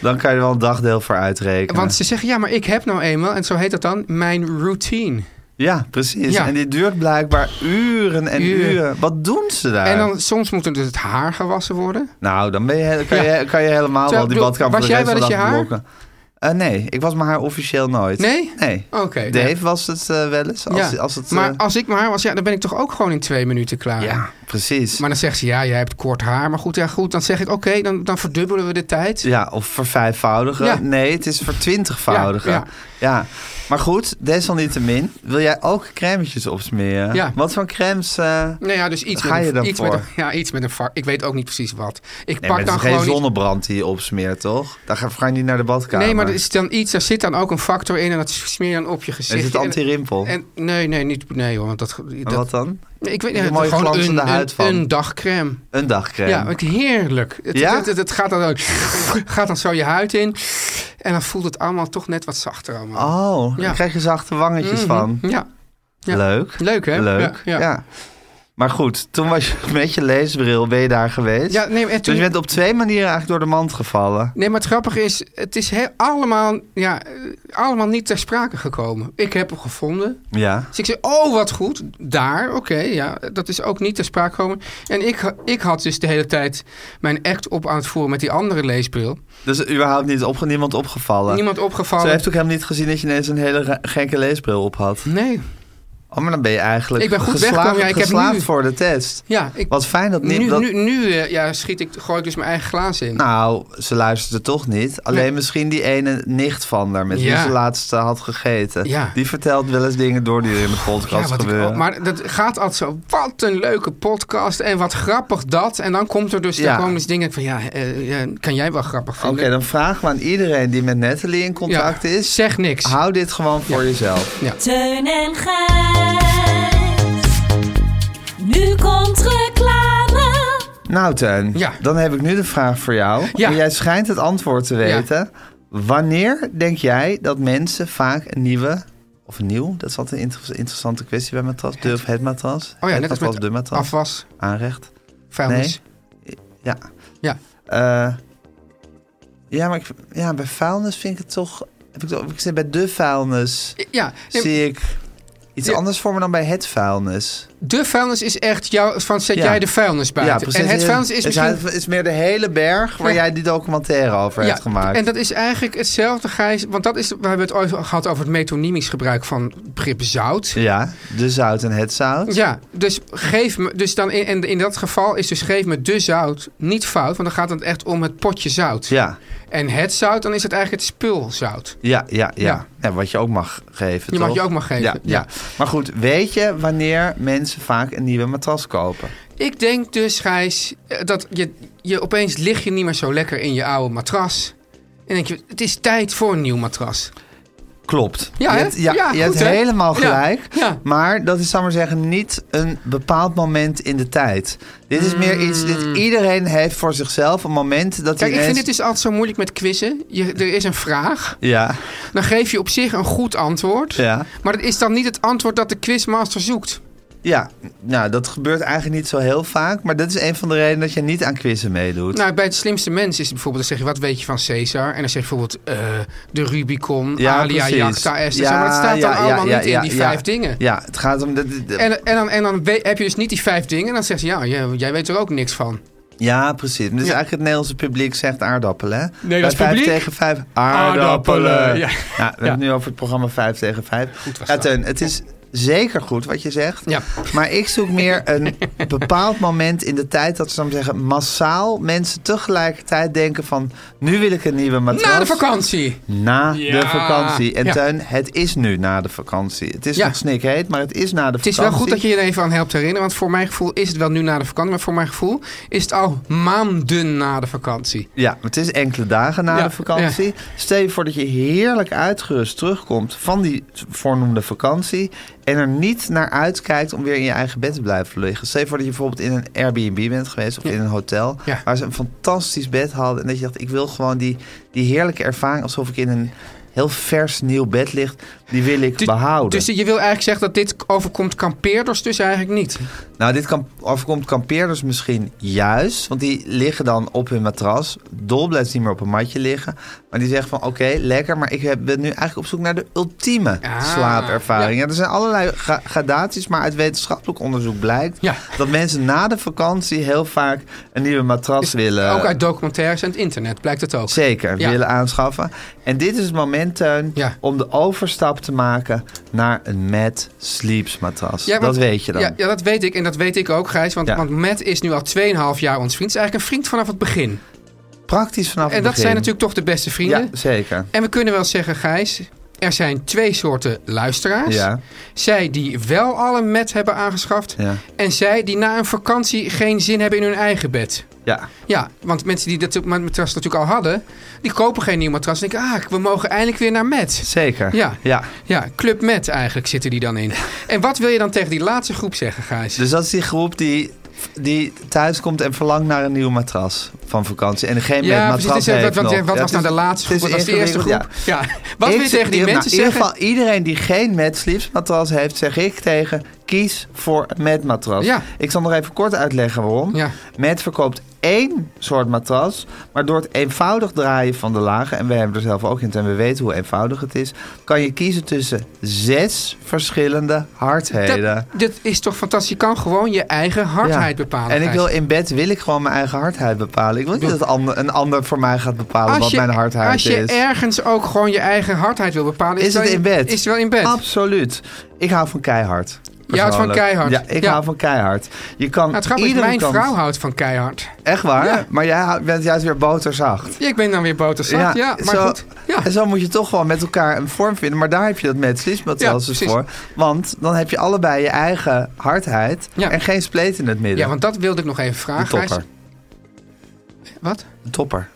B: Dan kan je er wel een dagdeel voor uitrekenen.
C: Want ze zeggen, ja, maar ik heb nou eenmaal, en zo heet dat dan, mijn routine.
B: Ja, precies.
C: Ja.
B: En dit duurt blijkbaar uren en
C: Uren.
B: uren. Wat doen ze daar?
C: En dan soms moet er dus het haar gewassen worden.
B: Nou, dan ben je, kan,
C: Ja.
B: je, kan je helemaal
C: Terwijl,
B: wel die
C: bedoel,
B: badkamer...
C: was
B: voor de
C: jij
B: rest
C: wel
B: van
C: eens
B: de dag
C: je
B: blokken. Eh, nee, ik was mijn haar officieel nooit.
C: Nee?
B: Nee.
C: Oké.
B: Dave
C: nee.
B: was het eh, wel eens. Als,
C: Ja.
B: als het, eh,
C: maar als ik mijn haar was, ja, dan ben ik toch ook gewoon in twee minuten klaar.
B: ja, precies.
C: Maar dan zegt ze, ja, jij hebt kort haar. Maar goed, ja, goed. Dan zeg ik, oké, dan, dan verdubbelen we de tijd.
B: Ja, of vervijfvoudigen.
C: Ja.
B: Nee, het is vertwintigvoudigen.
C: Ja,
B: Ja, maar goed, desalniettemin wil jij ook crèmetjes opsmeren.
C: Ja.
B: Wat voor crèmes... eh,
C: Nou ja, dus iets
B: Ga
C: met
B: je
C: een,
B: dan
C: iets
B: voor?
C: Met een, ja, iets met een vak. Ik weet ook niet precies wat. Ik
B: Nee, maar
C: pak
B: het is
C: dan
B: geen
C: gewoon iets.
B: zonnebrand die je opsmeert, toch? Daar ga ga je niet naar de badkamer.
C: Nee, maar er is dan iets, daar zit dan ook een factor in en dat smeer je dan op je
B: Is
C: gezicht.
B: het anti-rimpel?
C: En, en- nee, nee, niet, nee hoor, want dat...
B: En
C: dat
B: wat dan?
C: ik weet
B: Een
C: niet,
B: mooie
C: gewoon
B: glanzende
C: een,
B: huid
C: een,
B: van.
C: een dagcrème.
B: Een dagcrème.
C: Ja, het heerlijk. Het,
B: Ja?
C: het, het, het gaat, dan ook, gaat dan zo je huid in en dan voelt het allemaal toch net wat zachter allemaal.
B: Oh,
C: Ja.
B: daar krijg je zachte wangetjes
C: Mhm.
B: van.
C: Ja, Ja.
B: Leuk.
C: leuk hè?
B: Leuk.
C: Ja,
B: Ja,
C: ja.
B: Maar goed, toen was je met je leesbril ben je daar geweest.
C: Ja, nee, en
B: Dus
C: toen,
B: je bent op twee manieren eigenlijk door de mand gevallen.
C: nee, maar het grappige is, het is heel, allemaal, ja, eh, allemaal niet ter sprake gekomen. Ik heb hem gevonden.
B: Ja.
C: Dus ik zei, oh wat goed, daar, oké, ja, dat is ook niet ter sprake gekomen. En ik, ik had dus de hele tijd mijn act op aan het voeren met die andere leesbril.
B: Dus überhaupt niet op, niemand opgevallen.
C: Niemand
B: Ze
C: opgevallen.
B: heeft ook helemaal niet gezien dat je ineens een hele ra- gekke leesbril op had.
C: Nee,
B: Oh, maar dan ben je eigenlijk
C: Ik ben goed
B: geslaagd,
C: weggekomen. Ja, ik heb
B: geslaagd
C: nu-
B: voor de test.
C: ja, ik,
B: Wat fijn dat niet...
C: nu,
B: dat...
C: nu, nu eh, ja, schiet ik, gooi ik dus mijn eigen glaas in.
B: Nou, ze luisterde toch niet. Alleen
C: Nee.
B: misschien die ene nicht van haar, met wie
C: Ja.
B: ze laatst eh, had gegeten.
C: Ja.
B: Die vertelt wel eens dingen door die er in de
C: ja,
B: podcast
C: wat ik,
B: gebeuren.
C: ook- maar dat gaat altijd zo, wat een leuke podcast en wat grappig dat. En dan komt er dus,
B: Ja.
C: dan komen dus dingen van, ja, eh, eh, kan jij wel grappig
B: Oké,
C: vinden?
B: dan vragen we aan iedereen die met Natalie in contact
C: Ja,
B: is.
C: Zeg niks.
B: Hou dit gewoon voor jezelf.
E: Teun en Gijs. Nu komt reclame.
B: Nou, Teun,
C: Ja.
B: dan heb ik nu de vraag voor jou.
C: Ja.
B: En jij schijnt het antwoord te
C: Ja.
B: weten. Wanneer denk jij dat mensen vaak een nieuwe, of een nieuw, dat is altijd een inter- interessante kwestie bij matras, de of het matras?
C: Oh ja,
B: het
C: net als
B: matras,
C: met
B: de matras,
C: afwas,
B: aanrecht.
C: vuilnis.
B: Nee. Ja.
C: Ja.
B: Eh, ja, maar ik, ja, bij vuilnis vind ik het toch. Heb ik, toch- ik zit bij de vuilnis.
C: Ja, nee,
B: zie ik iets
C: Ja.
B: anders voor me dan bij het vuilnis.
C: de vuilnis is echt jouw, van zet
B: Ja.
C: jij de vuilnis buiten. En het vuilnis is
B: het
C: misschien...
B: is meer de hele berg waar
C: Ja.
B: jij die documentaire over hebt gemaakt.
C: en dat is eigenlijk hetzelfde, Gijs. Want dat is, we hebben het ooit gehad over het metonymisch gebruik van het begrip zout.
B: Ja, de zout en het zout.
C: Ja, dus geef me. Dus dan in, en in dat geval is dus geef me de zout niet fout, want dan gaat het echt om het potje zout.
B: Ja,
C: En het zout, dan is het eigenlijk het spulzout.
B: ja, ja, ja.
C: Ja.
B: Ja, wat je ook mag geven.
C: Je mag
B: toch?
C: je ook mag geven,
B: Ja, ja.
C: ja.
B: Maar goed, weet je wanneer mensen vaak een nieuwe matras kopen?
C: Ik denk dus, Gijs, eh, dat je, je opeens lig je niet meer zo lekker in je oude matras. En denk je, het is tijd voor een nieuw matras.
B: Klopt.
C: Ja,
B: je
C: hè?
B: hebt, ja,
C: Ja,
B: je
C: goed,
B: hebt
C: hè?
B: helemaal
C: Ja,
B: gelijk.
C: ja.
B: Maar dat is, zal ik maar zeggen, niet een bepaald moment in de tijd. Dit is meer iets dat iedereen heeft voor zichzelf. Een moment dat hij
C: Mm. Kijk, ik vind dus-
B: ineens-
C: het dus altijd zo moeilijk met quizzen. Je, er is een vraag.
B: Ja,
C: Dan geef je op zich een goed antwoord.
B: ja,
C: Maar dat is dan niet het antwoord dat de quizmaster zoekt.
B: ja. Nou, dat gebeurt eigenlijk niet zo heel vaak. Maar dat is een van de redenen dat je niet aan quizzen meedoet.
C: Nou, bij het slimste mens is het bijvoorbeeld, dan zeg je, wat weet je van Caesar? En dan zeg je bijvoorbeeld eh, de Rubicon,
B: Ja,
C: Alia,
B: precies.
C: Jacta, Esther.
B: Ja,
C: zo, maar dat staat
B: ja,
C: dan allemaal
B: ja,
C: niet
B: ja,
C: in die
B: ja.
C: vijf dingen.
B: Ja, het gaat om... De, de- de-
C: En, en dan, en dan we- heb je dus niet die vijf dingen. En dan zegt ze, ja, jij, jij weet er ook niks van.
B: ja, precies. Dus
C: Ja.
B: eigenlijk het Nederlandse publiek zegt aardappelen. Hè?
C: Nee, dat
B: Bij
C: is
B: vijf
C: publiek.
B: tegen vijf. Aardappelen.
C: Aardappelen.
B: Ja.
C: Ja.
B: we hebben het nu over het programma 5 tegen 5. Goed
C: was
B: ja,
C: dat.
B: Teun, het is zeker goed wat je zegt.
C: Ja.
B: Maar ik zoek meer een bepaald moment in de tijd dat ze dan zeggen massaal mensen tegelijkertijd denken van nu wil ik een nieuwe matras.
C: Na de vakantie.
B: Na
C: Ja.
B: de vakantie. En
C: Ja.
B: Teun, het is nu na de vakantie. Het is
C: Ja.
B: nog snikheet, maar het is na de
C: Het is
B: vakantie.
C: wel goed dat je je er even aan helpt herinneren. Want voor mijn gevoel is het wel nu na de vakantie. Maar voor mijn gevoel is het al maanden na de vakantie.
B: Ja, maar het is enkele dagen na
C: Ja,
B: de vakantie. Stel je voor dat je heerlijk uitgerust terugkomt van die voornoemde vakantie. En er niet naar uitkijkt om weer in je eigen bed te blijven liggen. Stel je voor dat je bijvoorbeeld in een Airbnb bent geweest of in een hotel.
C: Ja.
B: Waar ze een fantastisch bed hadden. En dat je dacht, ik wil gewoon die, die heerlijke ervaring alsof ik in een heel vers nieuw bed lig. Die wil ik
C: Dus-
B: behouden.
C: Dus je wil eigenlijk zeggen dat dit overkomt kampeerders dus eigenlijk niet.
B: Nou, dit kan, overkomt kampeerders misschien juist. Want die liggen dan op hun matras. Dol blijft niet meer op een matje liggen. Maar die zeggen van, oké, lekker. Maar ik heb- ben nu eigenlijk op zoek naar de ultieme
C: Ah,
B: slaapervaring. Ja. er zijn allerlei ga- gradaties. Maar uit wetenschappelijk onderzoek blijkt...
C: Ja.
B: dat mensen na de vakantie heel vaak een nieuwe matras willen...
C: Ook uit documentaires en het internet blijkt het ook.
B: Eh, Zeker,
C: Ja.
B: willen aanschaffen. En dit is het moment, Teun,
C: Ja.
B: om de overstap te maken naar een Mad Sleeps matras.
C: Ja,
B: dat
C: want-
B: weet je dan.
C: Ja, ja, dat weet ik. En dat weet ik ook, Gijs. Want,
B: Ja.
C: want Matt is nu al 2,5 jaar ons vriend. Is eigenlijk een vriend vanaf het begin.
B: Praktisch vanaf
C: en
B: het
C: dat
B: begin.
C: zijn natuurlijk toch de beste vrienden.
B: Ja, zeker.
C: En we kunnen wel zeggen, Gijs... Er zijn twee soorten luisteraars.
B: Ja.
C: Zij die wel al een met hebben aangeschaft.
B: Ja.
C: En zij die na een vakantie geen zin hebben in hun eigen bed.
B: Ja.
C: Ja, want mensen die dat met matras natuurlijk al hadden... die kopen geen nieuw matras. En denken, ah, we mogen eindelijk weer naar met.
B: Zeker.
C: Ja.
B: ja.
C: Ja, Club Met eigenlijk zitten die dan in. En wat wil je dan tegen die laatste groep zeggen, Gijs?
B: Dus dat is die groep die, die thuis komt en verlangt naar een nieuw matras van vakantie. En geen
C: Ja,
B: matras
C: precies. Het is heel-
B: heeft
C: wat, wat,
B: nog.
C: wat
B: Ja,
C: was
B: het
C: nou
B: is-
C: de laatste
B: het
C: groep?
B: is
C: Wat was de eerste groep?
B: ingewikkeld,
C: Ja. Wat
B: Ik
C: wil je
B: zeg-
C: tegen die
B: nou,
C: mensen
B: In
C: zeggen?
B: ieder geval iedereen die geen Mad Sleeps matras heeft, zeg ik tegen... kies voor het MET-matras.
C: Ja.
B: Ik zal nog even kort uitleggen waarom.
C: Ja.
B: MET verkoopt één soort matras, maar door het eenvoudig draaien van de lagen... en we hebben er zelf ook in en we weten hoe eenvoudig het is... kan je kiezen tussen zes verschillende hardheden.
C: Dat, dit is toch fantastisch. Je kan gewoon je eigen hardheid
B: Ja.
C: bepalen.
B: En ik
C: Gijs.
B: wil in bed wil ik gewoon mijn eigen hardheid bepalen. Ik wil niet dat ander- een ander voor mij gaat bepalen wat
C: je,
B: mijn hardheid
C: als je
B: is.
C: ergens ook gewoon je eigen hardheid wil bepalen...
B: Is
C: wel
B: het in bed?
C: Is het wel in bed.
B: Absoluut. Ik hou van keihard.
C: Je houdt van
B: Persoonlijk.
C: keihard.
B: Ja, ik
C: Ja.
B: hou van keihard. Je kan
C: Nou, het grappige is,
B: iedere
C: mijn
B: kant...
C: vrouw houdt van keihard.
B: Echt waar?
C: Ja.
B: Maar jij hou- bent juist weer boterzacht.
C: Ja, ik ben dan weer boterzacht, ja. maar
B: zo,
C: goed. Ja.
B: En zo moet je toch wel met elkaar een vorm vinden. Maar daar heb je dat met
C: Ja,
B: slismatras dus
C: precies.
B: voor. Want dan heb je allebei je eigen hardheid
C: Ja.
B: en geen spleet in het midden.
C: ja, want dat wilde ik nog even
B: een
C: vragen.
B: topper.
C: Gijs. Wat?
B: Een topper.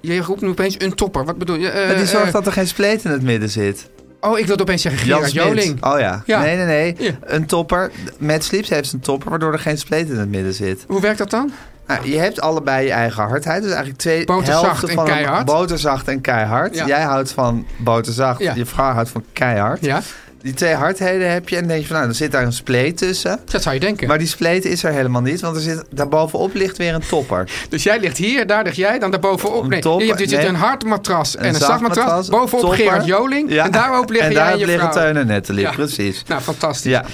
C: Je roept nu opeens een topper. Wat bedoel je? Eh,
B: Ja, die zorgt
C: eh,
B: dat er geen spleet in het midden zit.
C: Oh, ik wilde opeens zeggen
B: Jan
C: Gerard
B: Smit.
C: Joling.
B: Oh ja.
C: Ja.
B: Nee, nee, nee.
C: Ja.
B: Een topper. Met Sleeps heeft een topper, waardoor er geen spleet in het midden zit.
C: Hoe werkt dat dan?
B: Nou, je hebt allebei je eigen hardheid. Dus eigenlijk twee
C: Boterzacht
B: helften
C: en
B: van een-
C: keihard.
B: boterzacht en keihard.
C: Ja.
B: Jij houdt van boterzacht.
C: Ja.
B: Je vrouw houdt van keihard.
C: Ja,
B: Die twee hardheden heb je. En dan denk je van, nou, dan zit daar een spleet tussen.
C: dat zou je denken.
B: Maar die spleet is er helemaal niet, want er zit, daarbovenop ligt weer een topper.
C: Dus jij ligt hier, daar lig jij, dan daarbovenop.
B: Een
C: Nee,
B: top,
C: je hebt, je hebt
B: nee.
C: een hard matras en een,
B: zacht
C: zacht matras. Bovenop
B: topper.
C: Gerard Joling.
B: Ja.
C: En daarop liggen
B: en
C: jij en
B: daarop
C: je
B: liggen
C: vrouw.
B: Teun en Nettelie,
C: Ja.
B: precies.
C: Nou, fantastisch.
B: Ja.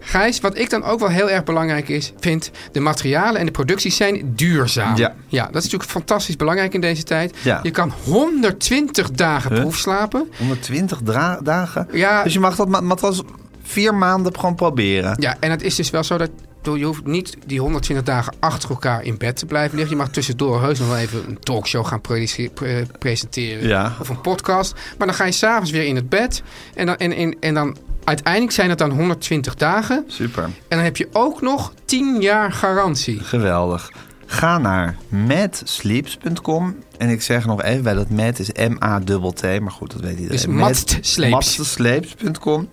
C: Gijs, wat ik dan ook wel heel erg belangrijk is, vind... de materialen en de producties zijn duurzaam.
B: Ja.
C: dat is natuurlijk fantastisch belangrijk in deze tijd.
B: Ja.
C: Je kan 120 dagen
B: Huh?
C: proefslapen.
B: 120 dra- dagen.
C: Ja.
B: Dus je mag dat ma- matras vier maanden gewoon proberen.
C: Ja, en het is dus wel zo dat... ik bedoel, Je hoeft niet die 120 dagen achter elkaar in bed te blijven liggen. Je mag tussendoor heus nog wel even een talkshow gaan produce- pre- presenteren.
B: Ja.
C: Of een podcast. Maar dan ga je s'avonds weer in het bed. En dan, en, en, en dan uiteindelijk zijn het dan 120 dagen.
B: Super.
C: En dan heb je ook nog 10 jaar garantie.
B: Geweldig. Ga naar matsleeps.com. En ik zeg nog even bij dat mat is M-A-T-T. Maar goed, dat weet iedereen.
C: Dus
B: Mat-
C: matsleeps.
B: matsleeps.com.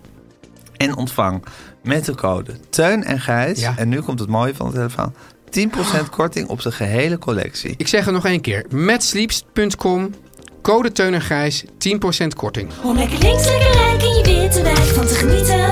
B: En ontvang met de code Teun en Gijs.
C: Ja.
B: En nu komt het mooie van het hele verhaal. 10% korting op de gehele collectie.
C: Ik zeg het nog één keer. Matsleeps.com. Code Teun en Gijs. 10% korting.
E: Om lekker links, lekker rijk in je witte wijk van te genieten.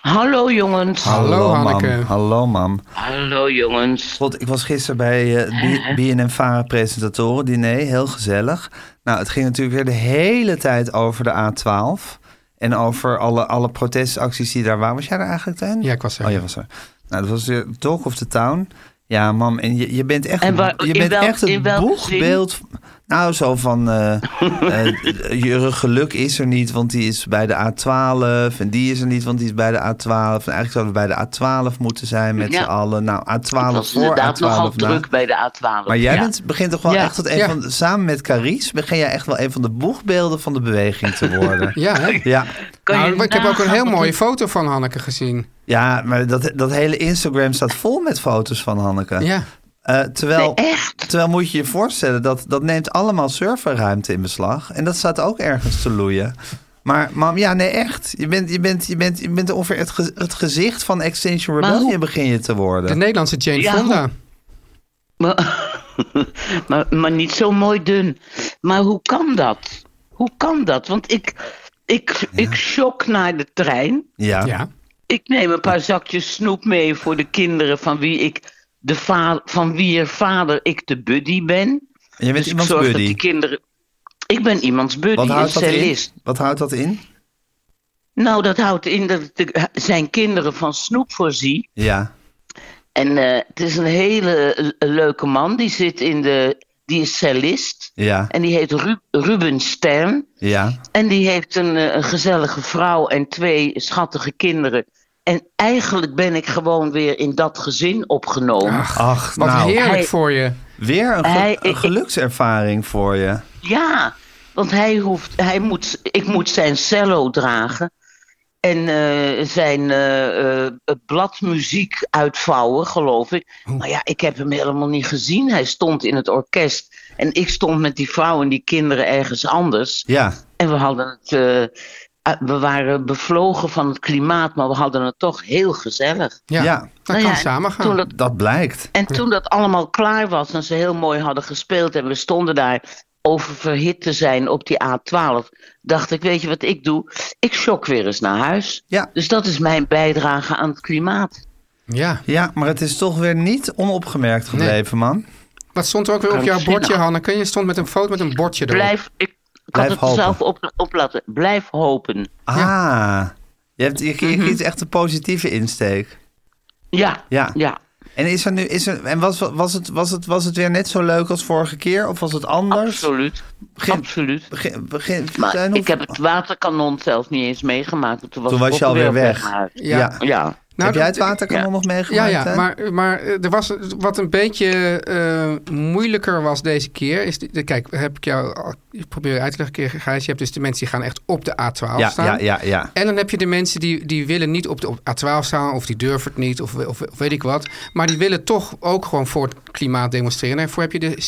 F: Hallo jongens.
C: Hallo,
B: mam.
C: Hanneke.
B: Hallo mam.
F: Hallo jongens.
B: God, ik was gisteren bij eh, B- BNM Varen presentatoren diner, heel gezellig. Nou, het ging natuurlijk weer de hele tijd over de A12 en over alle, alle protestacties die daar waren. Was jij er eigenlijk Teun?
C: Ja, ik was er.
B: Oh, jij was er. Nou, dat was weer talk of the town. Ja, mam, en je, je bent echt,
F: En waar-
B: je
F: in
B: bent
F: welk-
B: echt het
F: in welk
B: boegbeeld. Nou, zo van eh, eh, je geluk is er niet, want die is bij de A12. En die is er niet, want die is bij de A12. En eigenlijk zouden we bij de A12 moeten zijn met
F: Ja.
B: z'n allen. Nou,
F: Het
B: A12
F: was
B: voor,
F: inderdaad
B: A12
F: nogal
B: na.
F: druk bij de A12.
B: Maar jij
F: ja.
B: bent, begint toch wel
F: Ja.
B: echt tot een
C: Ja.
B: van de- samen met Caries begin jij echt wel een van de boegbeelden van de beweging te worden.
C: Ja, hè?
B: ja.
F: Kan je
C: Nou, ik heb ook een
F: nagaan
C: heel
F: wat
C: mooie
F: het-
C: foto van Hanneke gezien.
B: ja, maar dat, dat hele Instagram staat vol met foto's van Hanneke.
C: Ja.
B: Eh, terwijl,
F: Nee, echt?
B: terwijl moet je je voorstellen dat dat neemt allemaal serverruimte in beslag. En dat staat ook ergens te loeien. Maar mam, ja, nee, echt. Je bent, je bent, je bent, je bent ongeveer het, ge- het gezicht van Extinction
F: Maar
B: Rebellion
F: hoe-
B: begin je te
C: De
B: worden.
C: Nederlandse Jane
F: Ja,
C: Fonda.
F: Maar, maar, maar niet zo mooi dun. Maar hoe kan dat? Hoe kan dat? Want ik, ik, ik shock naar de trein.
B: Ja.
C: Ja.
F: Ik neem een paar zakjes snoep mee voor de kinderen van wie ik de va- van wie er vader ik de buddy ben.
B: En je bent
F: dus ik
B: iemands
F: zorg dat
B: buddy.
F: die kinderen. Ik ben iemands buddy,
B: Wat
F: een
B: houdt dat in?
F: cellist.
B: Wat houdt dat in?
F: Nou, dat houdt in dat ik de- zijn kinderen van snoep voorzie.
B: Ja.
F: En eh, het is een hele eh, leuke man. Die zit in de. Die is cellist.
B: Ja.
F: En die heet Ru- Ruben Stern.
B: Ja.
F: En die heeft een, eh, een gezellige vrouw en twee schattige kinderen. En eigenlijk ben ik gewoon weer in dat gezin opgenomen.
B: Ach,
C: Wat
B: nou,
C: heerlijk
F: Hij-
C: voor je.
B: weer een, gel-
F: Hij-
B: een gelukservaring voor je.
F: Ja, want hij hoeft, hij moet, ik moet zijn cello dragen. En eh, zijn eh, eh, bladmuziek uitvouwen, geloof ik. Maar ja, ik heb hem helemaal niet gezien. Hij stond in het orkest. En ik stond met die vrouw en die kinderen ergens anders.
B: Ja,
F: En we hadden het. eh, eh, we waren bevlogen van het klimaat, maar we hadden het toch heel gezellig.
C: Ja,
B: Ja.
C: dat
F: Nou ja,
C: kan
F: en
C: samen gaan.
F: Toen dat,
B: dat blijkt.
F: en toen dat allemaal klaar was en ze heel mooi hadden gespeeld en we stonden daar over verhit te zijn op die A12, dacht ik, weet je wat ik doe? Ik shock weer eens naar huis.
B: Ja.
F: Dus dat is mijn bijdrage aan het klimaat.
C: Ja.
B: Ja, maar het is toch weer niet onopgemerkt gebleven, man.
C: Wat stond er ook weer op jouw
F: Krankzinnig.
C: bordje, Hanneke? Je stond met een foto met een bordje erop.
F: Blijf, ik kan
B: Blijf
F: het
B: hopen.
F: zelf op, oplaten. Blijf hopen.
B: Ah, je, hebt, je,
C: Mhm.
B: je kiest echt een positieve insteek.
F: Ja,
B: Ja.
F: ja.
B: En is er nu, is er, en was, was, het, was, het, was het weer net zo leuk als vorige keer? Of was het anders?
F: absoluut.
B: Begin-
F: absoluut.
B: Begin, begin,
F: Maar
B: Tuinhof-
F: ik heb het waterkanon zelf niet eens meegemaakt. Toen was,
B: Toen was
F: ik
B: je
F: ook
B: alweer
F: weer
B: weg.
F: naar huis.
C: Ja.
B: Ja.
F: Ja.
C: Nou,
B: heb jij het
C: dat-
B: waterkanon
F: ja.
B: nog
C: Ja,
B: meegemaakt?
C: ja
B: hè?
C: maar, maar eh, er was, wat een beetje eh, moeilijker was deze keer. Is die- de, kijk, heb ik jou al ik probeer uit te leggen, keer, Gijs. Je hebt dus de mensen die gaan echt op de A12
B: ja,
C: staan.
B: ja, ja, ja.
C: En dan heb je de mensen die, die willen niet op de op A12 staan, of die durven het niet, of, of, of weet ik wat. Maar die willen toch ook gewoon voor het klimaat demonstreren. En daarvoor heb je de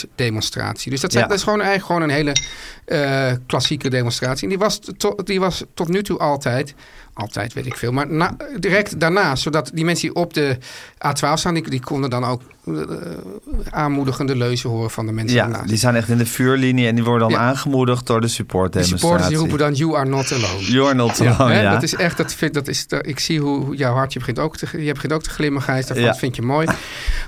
C: support-demonstratie. Dus dat, zijn,
B: Ja.
C: dat is gewoon eigenlijk gewoon een hele eh, klassieke demonstratie. En die was, to- die was tot nu toe altijd, altijd weet ik veel, maar na- direct daarna, zodat die mensen die op de A12 staan, die, die konden dan ook eh, aanmoedigende leuzen horen van de mensen
B: Ja,
C: daarnaast.
B: die zijn echt in de vuurlinie en die worden dan
C: Ja.
B: aangemoedigd door de
C: Die supporters die
B: supportdemonstratie.
C: roepen dan, you are not alone.
B: You're not alone,
C: Hè,
B: ja.
C: Dat is echt, dat vind, dat is, dat- ik zie hoe, hoe jouw hartje begint ook te, je begint ook te glimmen, Gijs. Daarvan
B: Ja.
C: dat vind je mooi.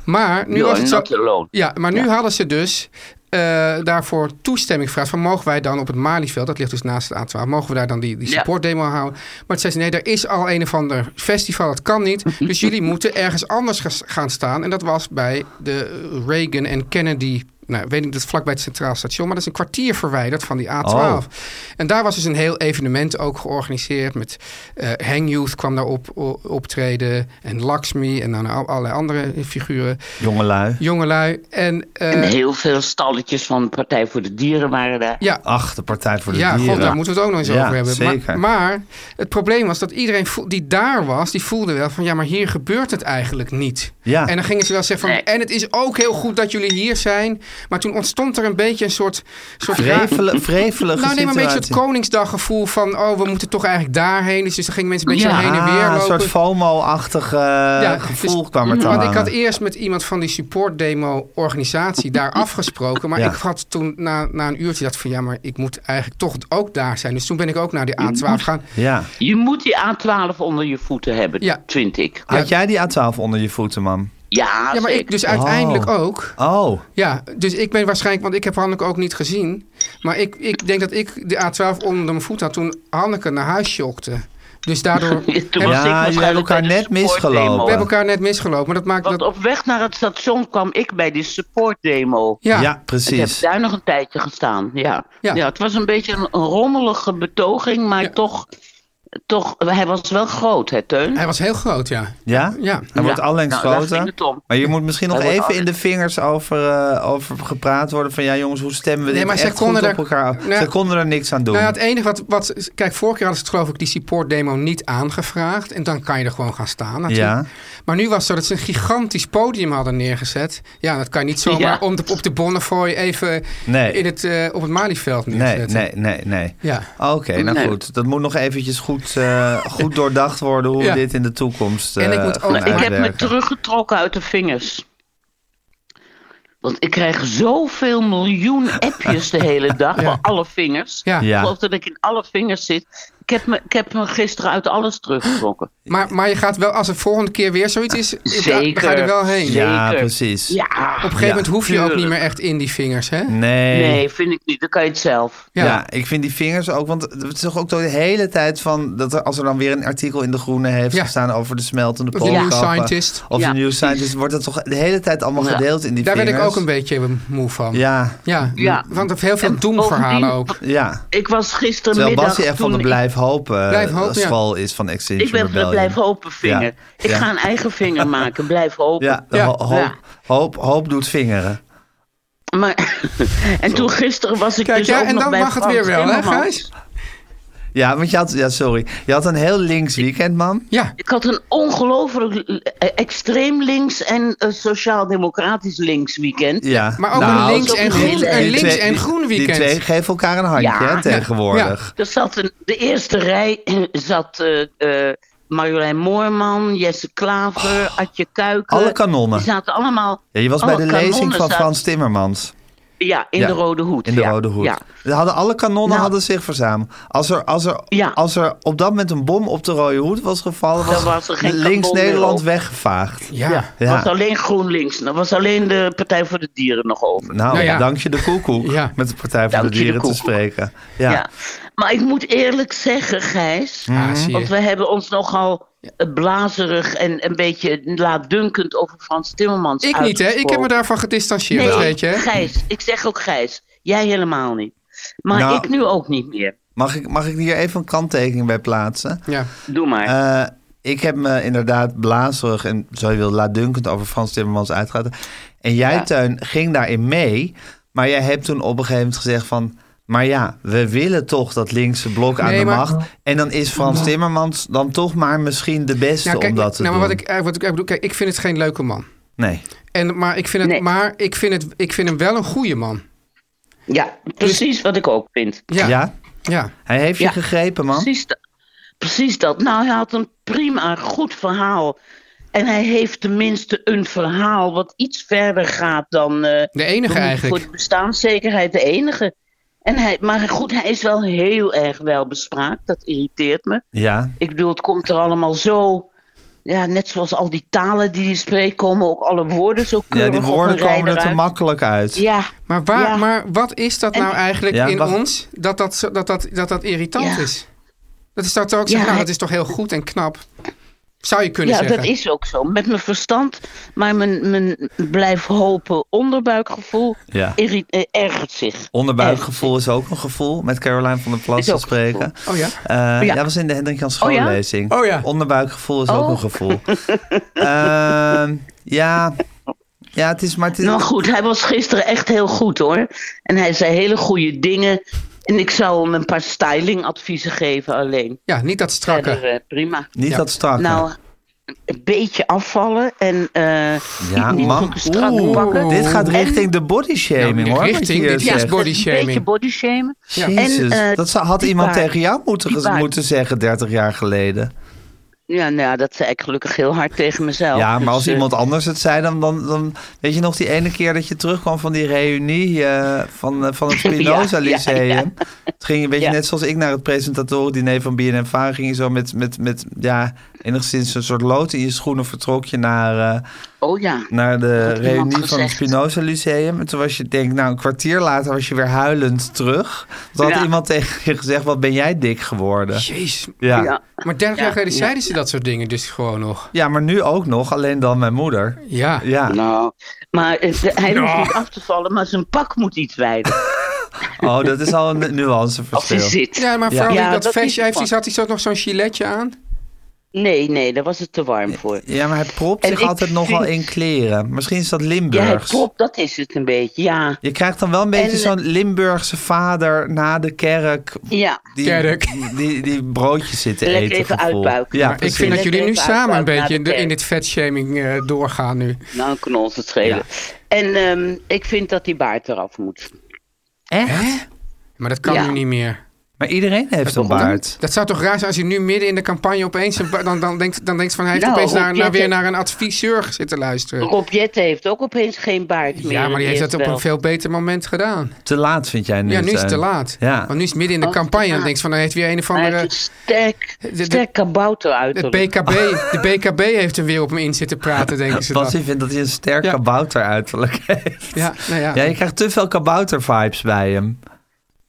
C: Maar nu,
F: You
C: was
F: are
C: het zo,
F: not alone.
C: ja, maar nu
F: Ja.
C: hadden ze dus eh, daarvoor toestemming gevraagd. Van mogen wij dan op het Malieveld, dat ligt dus naast de A12, mogen we daar dan die, die
F: Ja.
C: supportdemo houden? Maar het zei ze, nee, er is al een of ander festival, dat kan niet. Dus jullie moeten ergens anders gas- gaan staan. En dat was bij de eh, Reagan en Kennedy... Nou, weet ik dat is vlakbij het Centraal Station, maar dat is een kwartier verwijderd van die A12.
B: Oh.
C: En daar was dus een heel evenement ook georganiseerd. Met eh Hang Youth kwam daar op, o- optreden. En Lakshmi en dan al- allerlei andere figuren.
B: Jongelui.
C: Jongelui. En, eh,
F: En heel veel stalletjes van de Partij voor de Dieren waren daar.
C: ja,
B: Ach, de Partij voor Oh, de
C: ja
B: Dieren.
C: god, daar moeten we het ook nog eens
B: Ja,
C: over hebben. Maar-
B: zeker.
C: Maar, het probleem was dat iedereen voel- die daar was, die voelde wel van ja, maar hier gebeurt het eigenlijk niet.
B: Ja.
C: En dan gingen ze wel zeggen van
F: Nee.
C: en het is ook heel goed dat jullie hier zijn. Maar toen ontstond er een beetje een soort, soort raar-
B: Vrevele, vrevelige
C: Nou, neem een beetje het
B: situatie.
C: Koningsdaggevoel van, oh, we moeten toch eigenlijk daarheen. Dus, dus dan gingen mensen een beetje
F: Ja.
C: heen en weer
B: Ah,
C: lopen.
B: een soort FOMO-achtig eh,
C: dus-
B: gevoel kwam er te
C: Want ik
B: hangen.
C: had eerst met iemand van die supportdemo-organisatie daar afgesproken. Maar
B: Ja.
C: ik had toen na, na een uurtje dacht van ja, maar ik moet eigenlijk toch ook daar zijn. Dus toen ben ik ook naar die A12 gegaan.
B: Ja.
F: Je moet die A12 onder je voeten hebben,
C: Ja.
F: vind ik.
B: Had jij die A12 onder je voeten, man?
F: Ja,
C: Ja, maar ik
F: zeker.
C: dus uiteindelijk ook.
B: Oh,
C: Ja, dus ik ben waarschijnlijk, want ik heb Hanneke ook niet gezien. Maar ik, ik denk dat ik de A12 onder mijn voet had toen Hanneke naar huis jokte. Dus daardoor...
F: Toen was ik
C: Ja,
B: jullie
F: waarschijnlijk
B: hebben elkaar
F: bij de
B: net misgelopen.
F: supportdemo.
C: We hebben elkaar net misgelopen, maar dat maakt...
F: Want
C: Dat,
F: op weg naar het station kwam ik bij die supportdemo.
B: ja,
C: ja,
F: Ik heb
B: precies.
F: daar nog een tijdje gestaan, ja.
C: Ja.
F: ja. het was een beetje een een rommelige betoging, maar
C: Ja.
F: toch, toch... Hij was wel groot, hè, Teun?
C: hij was heel groot, ja.
B: Ja?
C: Ja.
B: Hij wordt
F: Ja.
B: allengs
F: Nou, daar
B: groter.
F: ging het om.
B: Maar je moet misschien nog
F: Hij wordt
B: even in de
F: allengs-
B: vingers over, eh, over gepraat worden. Van ja, jongens, hoe stemmen we
C: Nee,
B: dit
C: maar zij
B: echt goed
C: konden
B: op
C: er-
B: elkaar af?
C: Nou,
B: ze konden er niks aan doen.
C: Nou ja, het enige wat, wat... Kijk, vorige keer hadden ze het, geloof ik die support demo niet aangevraagd. En dan kan je er gewoon gaan staan natuurlijk.
B: Ja.
C: Maar nu was het zo dat ze een gigantisch podium hadden neergezet. Ja, dat kan je niet zomaar
F: Ja.
C: om de, op de Bonnefoy even
B: Nee.
C: in het, eh, op het Malieveld
B: nee,
C: neerzetten.
B: nee, nee, nee.
C: Ja.
B: Oké, nou
F: Nee.
B: goed. Dat moet nog eventjes goed, eh, goed doordacht worden hoe
C: Ja.
B: we dit in de toekomst
C: En ik
B: eh,
C: moet ook-
B: gaan
F: Maar ik heb me
B: uitwerken.
F: teruggetrokken uit de vingers. Want ik krijg zoveel miljoen appjes de hele dag
C: Ja.
F: voor alle vingers.
C: Ja.
F: Ik
B: Ja.
F: geloof dat ik in alle vingers zit. Ik heb, me, ik heb me gisteren uit alles teruggetrokken.
C: Maar, maar je gaat wel, als er volgende keer weer zoiets is, dan
F: Zeker.
C: ga je er wel heen.
F: Zeker.
B: Ja, precies.
F: Ja.
C: Op een gegeven moment hoef je ook
F: tuurlijk.
C: niet meer echt in die vingers, hè?
B: Nee.
F: Nee, vind ik niet. Dan kan je het zelf.
B: Ja. ik vind die vingers ook, want het is toch ook de hele tijd van dat er, als er dan weer een artikel in de Groene heeft
C: Ja.
B: gestaan over de smeltende
C: Of de New
B: poolkappen,
C: Scientist.
B: of
F: Ja,
B: de New Scientist, wordt dat toch de hele tijd allemaal
F: Ja.
B: gedeeld in die
C: Daar werd
B: vingers.
C: ik ook een beetje moe van.
B: Ja,
C: Ja,
F: Ja.
C: want heel veel
F: En
C: doemverhalen ook.
F: bovendien-
B: ja.
F: Ik was
B: Terwijl
F: gistermiddag...
B: Bassie echt van de
F: toen
B: blijf hopen, eh,
C: Blijf hopen, ja.
B: school is van Extinction
F: Ik ben van de
B: Rebellion.
F: blijf hopen vinger.
B: Ja.
F: Ik
B: Ja.
F: ga een eigen vinger maken. Blijf hopen.
B: Ja, de
C: Ja.
B: ho- hoop,
F: Ja.
B: Hoop, hoop doet vingeren.
F: Maar, en toen gisteren was ik
C: Kijk,
F: dus
C: ja,
F: ook
C: en
F: nog
C: dan
F: bij
C: mag het
F: Frans
C: weer wel, hè,
F: Timmermans.
C: Gijs?
B: Ja, want je had, ja, sorry. Je had een heel links weekend, man.
C: Ja,
F: Ik had een ongelooflijk eh, extreem links en eh, sociaal-democratisch links weekend.
B: Ja.
C: Maar ook een links- en
F: groen-
B: die-
F: een
B: die
C: links-
B: twee-
C: en groen
B: die-
C: weekend.
B: Die twee geven elkaar een handje,
F: Ja.
B: hè,
F: Ja.
B: tegenwoordig.
F: Er zat een, de eerste rij eh, zat eh, eh, Marjolein Moorman, Jesse Klaver, Adje Kuiken.
B: Oh. Alle kanonnen.
F: Die zaten allemaal...
B: Ja, je was bij
F: alle
B: de lezing
F: Oh, kanonnen
B: van
F: zaten-
B: Frans Timmermans.
F: Ja, in
B: Ja,
F: de Rode Hoed.
B: In de
F: ja,
B: Rode Hoed.
F: Ja.
B: Er Hadden, alle kanonnen
F: Nou.
B: hadden zich verzameld. Als er, als, er,
F: Ja.
B: als er op dat moment een bom op de Rode Hoed was gevallen,
F: Dan
B: was,
F: was er geen
B: links
F: kanon meer
B: Nederland
F: over.
B: weggevaagd.
C: ja.
F: Er
B: Ja.
F: was alleen GroenLinks. Er was alleen de Partij voor de Dieren nog over.
B: Nou,
C: Nou ja.
B: dank je de koekoek
C: Ja.
B: met de Partij voor
F: Dank
B: de
F: je de
B: Dieren te
F: koekoek.
B: spreken.
F: Ja.
B: Ja.
F: Maar ik moet eerlijk zeggen, Gijs...
C: Ah, zie
F: Want
C: je.
F: we hebben ons nogal eh, blazerig en een beetje laatdunkend over Frans Timmermans
C: Ik niet, hè? Ik heb me
F: uitgesproken.
C: daarvan gedistanceerd,
F: Nee,
C: weet je. hè?
F: Gijs. Ik zeg ook Gijs. Jij helemaal niet. Maar
B: Nou.
F: ik nu ook niet meer.
B: Mag, ik, mag ik hier even een kanttekening bij plaatsen?
C: Ja.
F: Doe maar.
B: Eh, ik heb me inderdaad blazerig en zo je wil laatdunkend over Frans Timmermans uitgelaten. En jij,
F: Ja.
B: Teun, ging daarin mee. Maar jij hebt toen op een gegeven moment gezegd van... Maar ja, we willen toch dat linkse blok aan
C: Nee,
B: de
C: maar-
B: macht. En dan is Frans Timmermans dan toch maar misschien de beste
C: Nou, kijk,
B: om dat te
C: nou, maar
B: doen.
C: wat ik, eh, wat ik bedoel, kijk, ik vind het geen leuke man.
B: Nee.
C: En, maar ik vind, het,
F: Nee.
C: maar ik, vind het, ik vind hem wel een goede man.
F: ja,
B: dus-
F: precies wat ik ook vind.
C: Ja,
B: Ja.
C: ja.
B: Hij heeft je
F: Ja.
B: gegrepen, man.
F: Precies, da- precies dat. Nou, hij had een prima, goed verhaal. En hij heeft tenminste een verhaal wat iets verder gaat dan... eh,
C: de enige
F: Voor-
C: eigenlijk.
F: Voor de bestaanszekerheid de enige. En hij, maar goed, hij is wel heel erg welbespraakt. Dat irriteert me.
B: Ja.
F: Ik bedoel, het komt er allemaal zo. Ja, net zoals al die talen die hij spreekt, komen ook alle woorden zo
B: ja,
F: keurig
B: die
F: op
B: woorden
F: een rij
B: komen er te
F: eruit.
B: makkelijk uit.
F: Ja,
C: Maar, waar,
F: Ja.
C: maar wat is dat nou eigenlijk
B: Ja,
C: in
B: wacht.
C: ons dat dat, zo- dat, dat, dat, dat irritant
F: Ja.
C: is? Dat is dat ook zo.
F: Ja,
C: nou,
F: hij-
C: dat is toch heel goed en knap. Zou je kunnen
F: ja
C: zeggen.
F: dat is ook zo. Met mijn verstand, maar mijn, mijn blijf hopen onderbuikgevoel
B: Ja.
F: irri- eh, ergert zich.
B: Onderbuikgevoel is ook een gevoel, met Caroline van der Plas
F: Is ook
B: te
F: een
B: spreken.
C: Oh ja.
B: Eh, ja. dat was in de Hendrik Jan
F: Oh ja?
B: Schoonlezing.
C: Oh ja.
B: Onderbuikgevoel is ook
F: Oh.
B: een gevoel. Ehm, ja. ja, het is maar... Het is,
F: Nou goed, hij was gisteren echt heel goed hoor. En hij zei hele goede dingen. En ik zou hem een paar stylingadviezen geven alleen.
C: Ja, niet dat strakke.
F: Verder, eh, prima.
B: niet
C: Ja.
B: dat strak.
F: Nou, een beetje afvallen en eh
B: Ja,
F: niet, niet
B: man.
F: zulke strakke
C: Oeh.
F: pakken.
B: dit gaat
F: En-
B: richting de body shaming,
C: Nou,
B: hoor. wat
C: richting,
B: je hier
C: dit is
B: zegt.
F: Ja,
C: body
F: Een
C: shaming.
F: beetje body shamen.
C: Ja.
B: Jezus,
F: En, eh,
B: dat zou- had
F: die
B: iemand
F: baard.
B: tegen jou moeten,
F: Die
B: gez-
F: baard.
B: moeten zeggen 30 jaar geleden.
F: Ja, nou, ja, dat zei ik gelukkig heel hard tegen mezelf.
B: ja, maar
F: Dus,
B: als
F: eh,
B: iemand anders het zei, dan, dan, dan weet je nog die ene keer dat je terugkwam van die reunie eh, van, eh, van het Spinoza
F: Ja, ja,
B: Lyceum.
F: ja.
B: Het ging een beetje
F: Ja.
B: net zoals ik naar het presentatorendiner van BNNVA ging je zo met, met, met ja, enigszins een soort lood in je schoenen vertrok je naar, eh,
F: Oh ja.
B: naar de
F: had iemand
B: reunie van het
F: gezegd.
B: Spinoza Lyceum. En toen was je denk nou een kwartier later was je weer huilend terug. Toen had
F: Ja.
B: iemand tegen je gezegd, wat ben jij dik geworden?
C: Jeez.
B: Ja. ja.
F: Ja.
C: Maar 30 jaar
F: Ja,
C: geleden
F: ja.
C: zeiden ze dat soort dingen dus gewoon nog.
B: maar nu ook nog, alleen dan mijn moeder.
C: Ja.
B: Ja,
F: Nou, maar eh, hij
C: Nou.
F: hoeft niet af te vallen, maar zijn pak moet iets wijder
B: oh, dat is al een
F: als hij
B: nuanceverschil.
F: zit.
C: Ja, maar
B: Ja.
C: vooral
F: Ja,
C: in dat,
F: dat is
C: vestje.
F: het
C: Heeft hij,
F: van.
C: had hij zo nog zo'n giletje aan?
F: Nee, nee, daar was het te warm voor.
B: Ja, maar hij propt
F: En
B: zich
F: ik
B: altijd nogal
F: vind-
B: in kleren. Misschien is dat
F: Ja, hij
B: Limburgs.
F: klopt, dat is het een beetje. Ja,
B: Je krijgt dan wel een beetje
F: En-
B: zo'n Limburgse vader na de kerk.
F: ja.
B: Die,
C: Kerk.
B: Die, die broodjes zitten
F: Lekker
B: eten.
F: even
B: gevoel.
F: uitbuiken.
B: Ja,
F: Maar
C: Ik
B: precies.
C: vind dat
F: Net
C: jullie nu
F: even
C: samen een
F: uitbuiten
C: beetje in,
F: naar de
C: de- in
F: kerk.
C: dit vetshaming eh, doorgaan nu.
F: Nou, kan ons het schelen. En ehm, ik vind dat die baard eraf moet.
C: Hè? Maar dat kan
F: Ja.
C: nu niet meer.
B: Maar iedereen heeft een baard.
C: Dat zou toch raar zijn als je nu midden in de campagne opeens... een ba- dan, dan, denkt, dan denkt van hij heeft
F: Nou,
C: opeens
F: Rob,
C: naar,
F: je
C: naar
F: hebt-
C: weer naar een adviseur zitten luisteren.
F: Rob Jette heeft ook opeens geen baard meer.
C: Ja, maar die heeft dat op
F: wel.
C: een veel beter moment gedaan.
B: Te laat vind jij nu.
C: Ja, nu is het te
B: Teun.
C: laat.
B: Ja.
C: Want nu is het midden in de
F: Oh, het is
C: campagne.
F: te
C: Dan
F: laat.
C: denk je van hij heeft weer een of
F: Hij heeft
C: andere...
F: een sterk,
C: de-
F: sterk kabouter
C: Het
F: uiterlijk.
C: BKB, de BKB heeft hem weer op hem in zitten praten, denken ze dan.
B: Bas, ik vind dat hij een sterk
C: Ja.
B: kabouter uiterlijk heeft.
C: Ja, nou ja.
B: Ja, je krijgt te veel kabouter-vibes bij hem.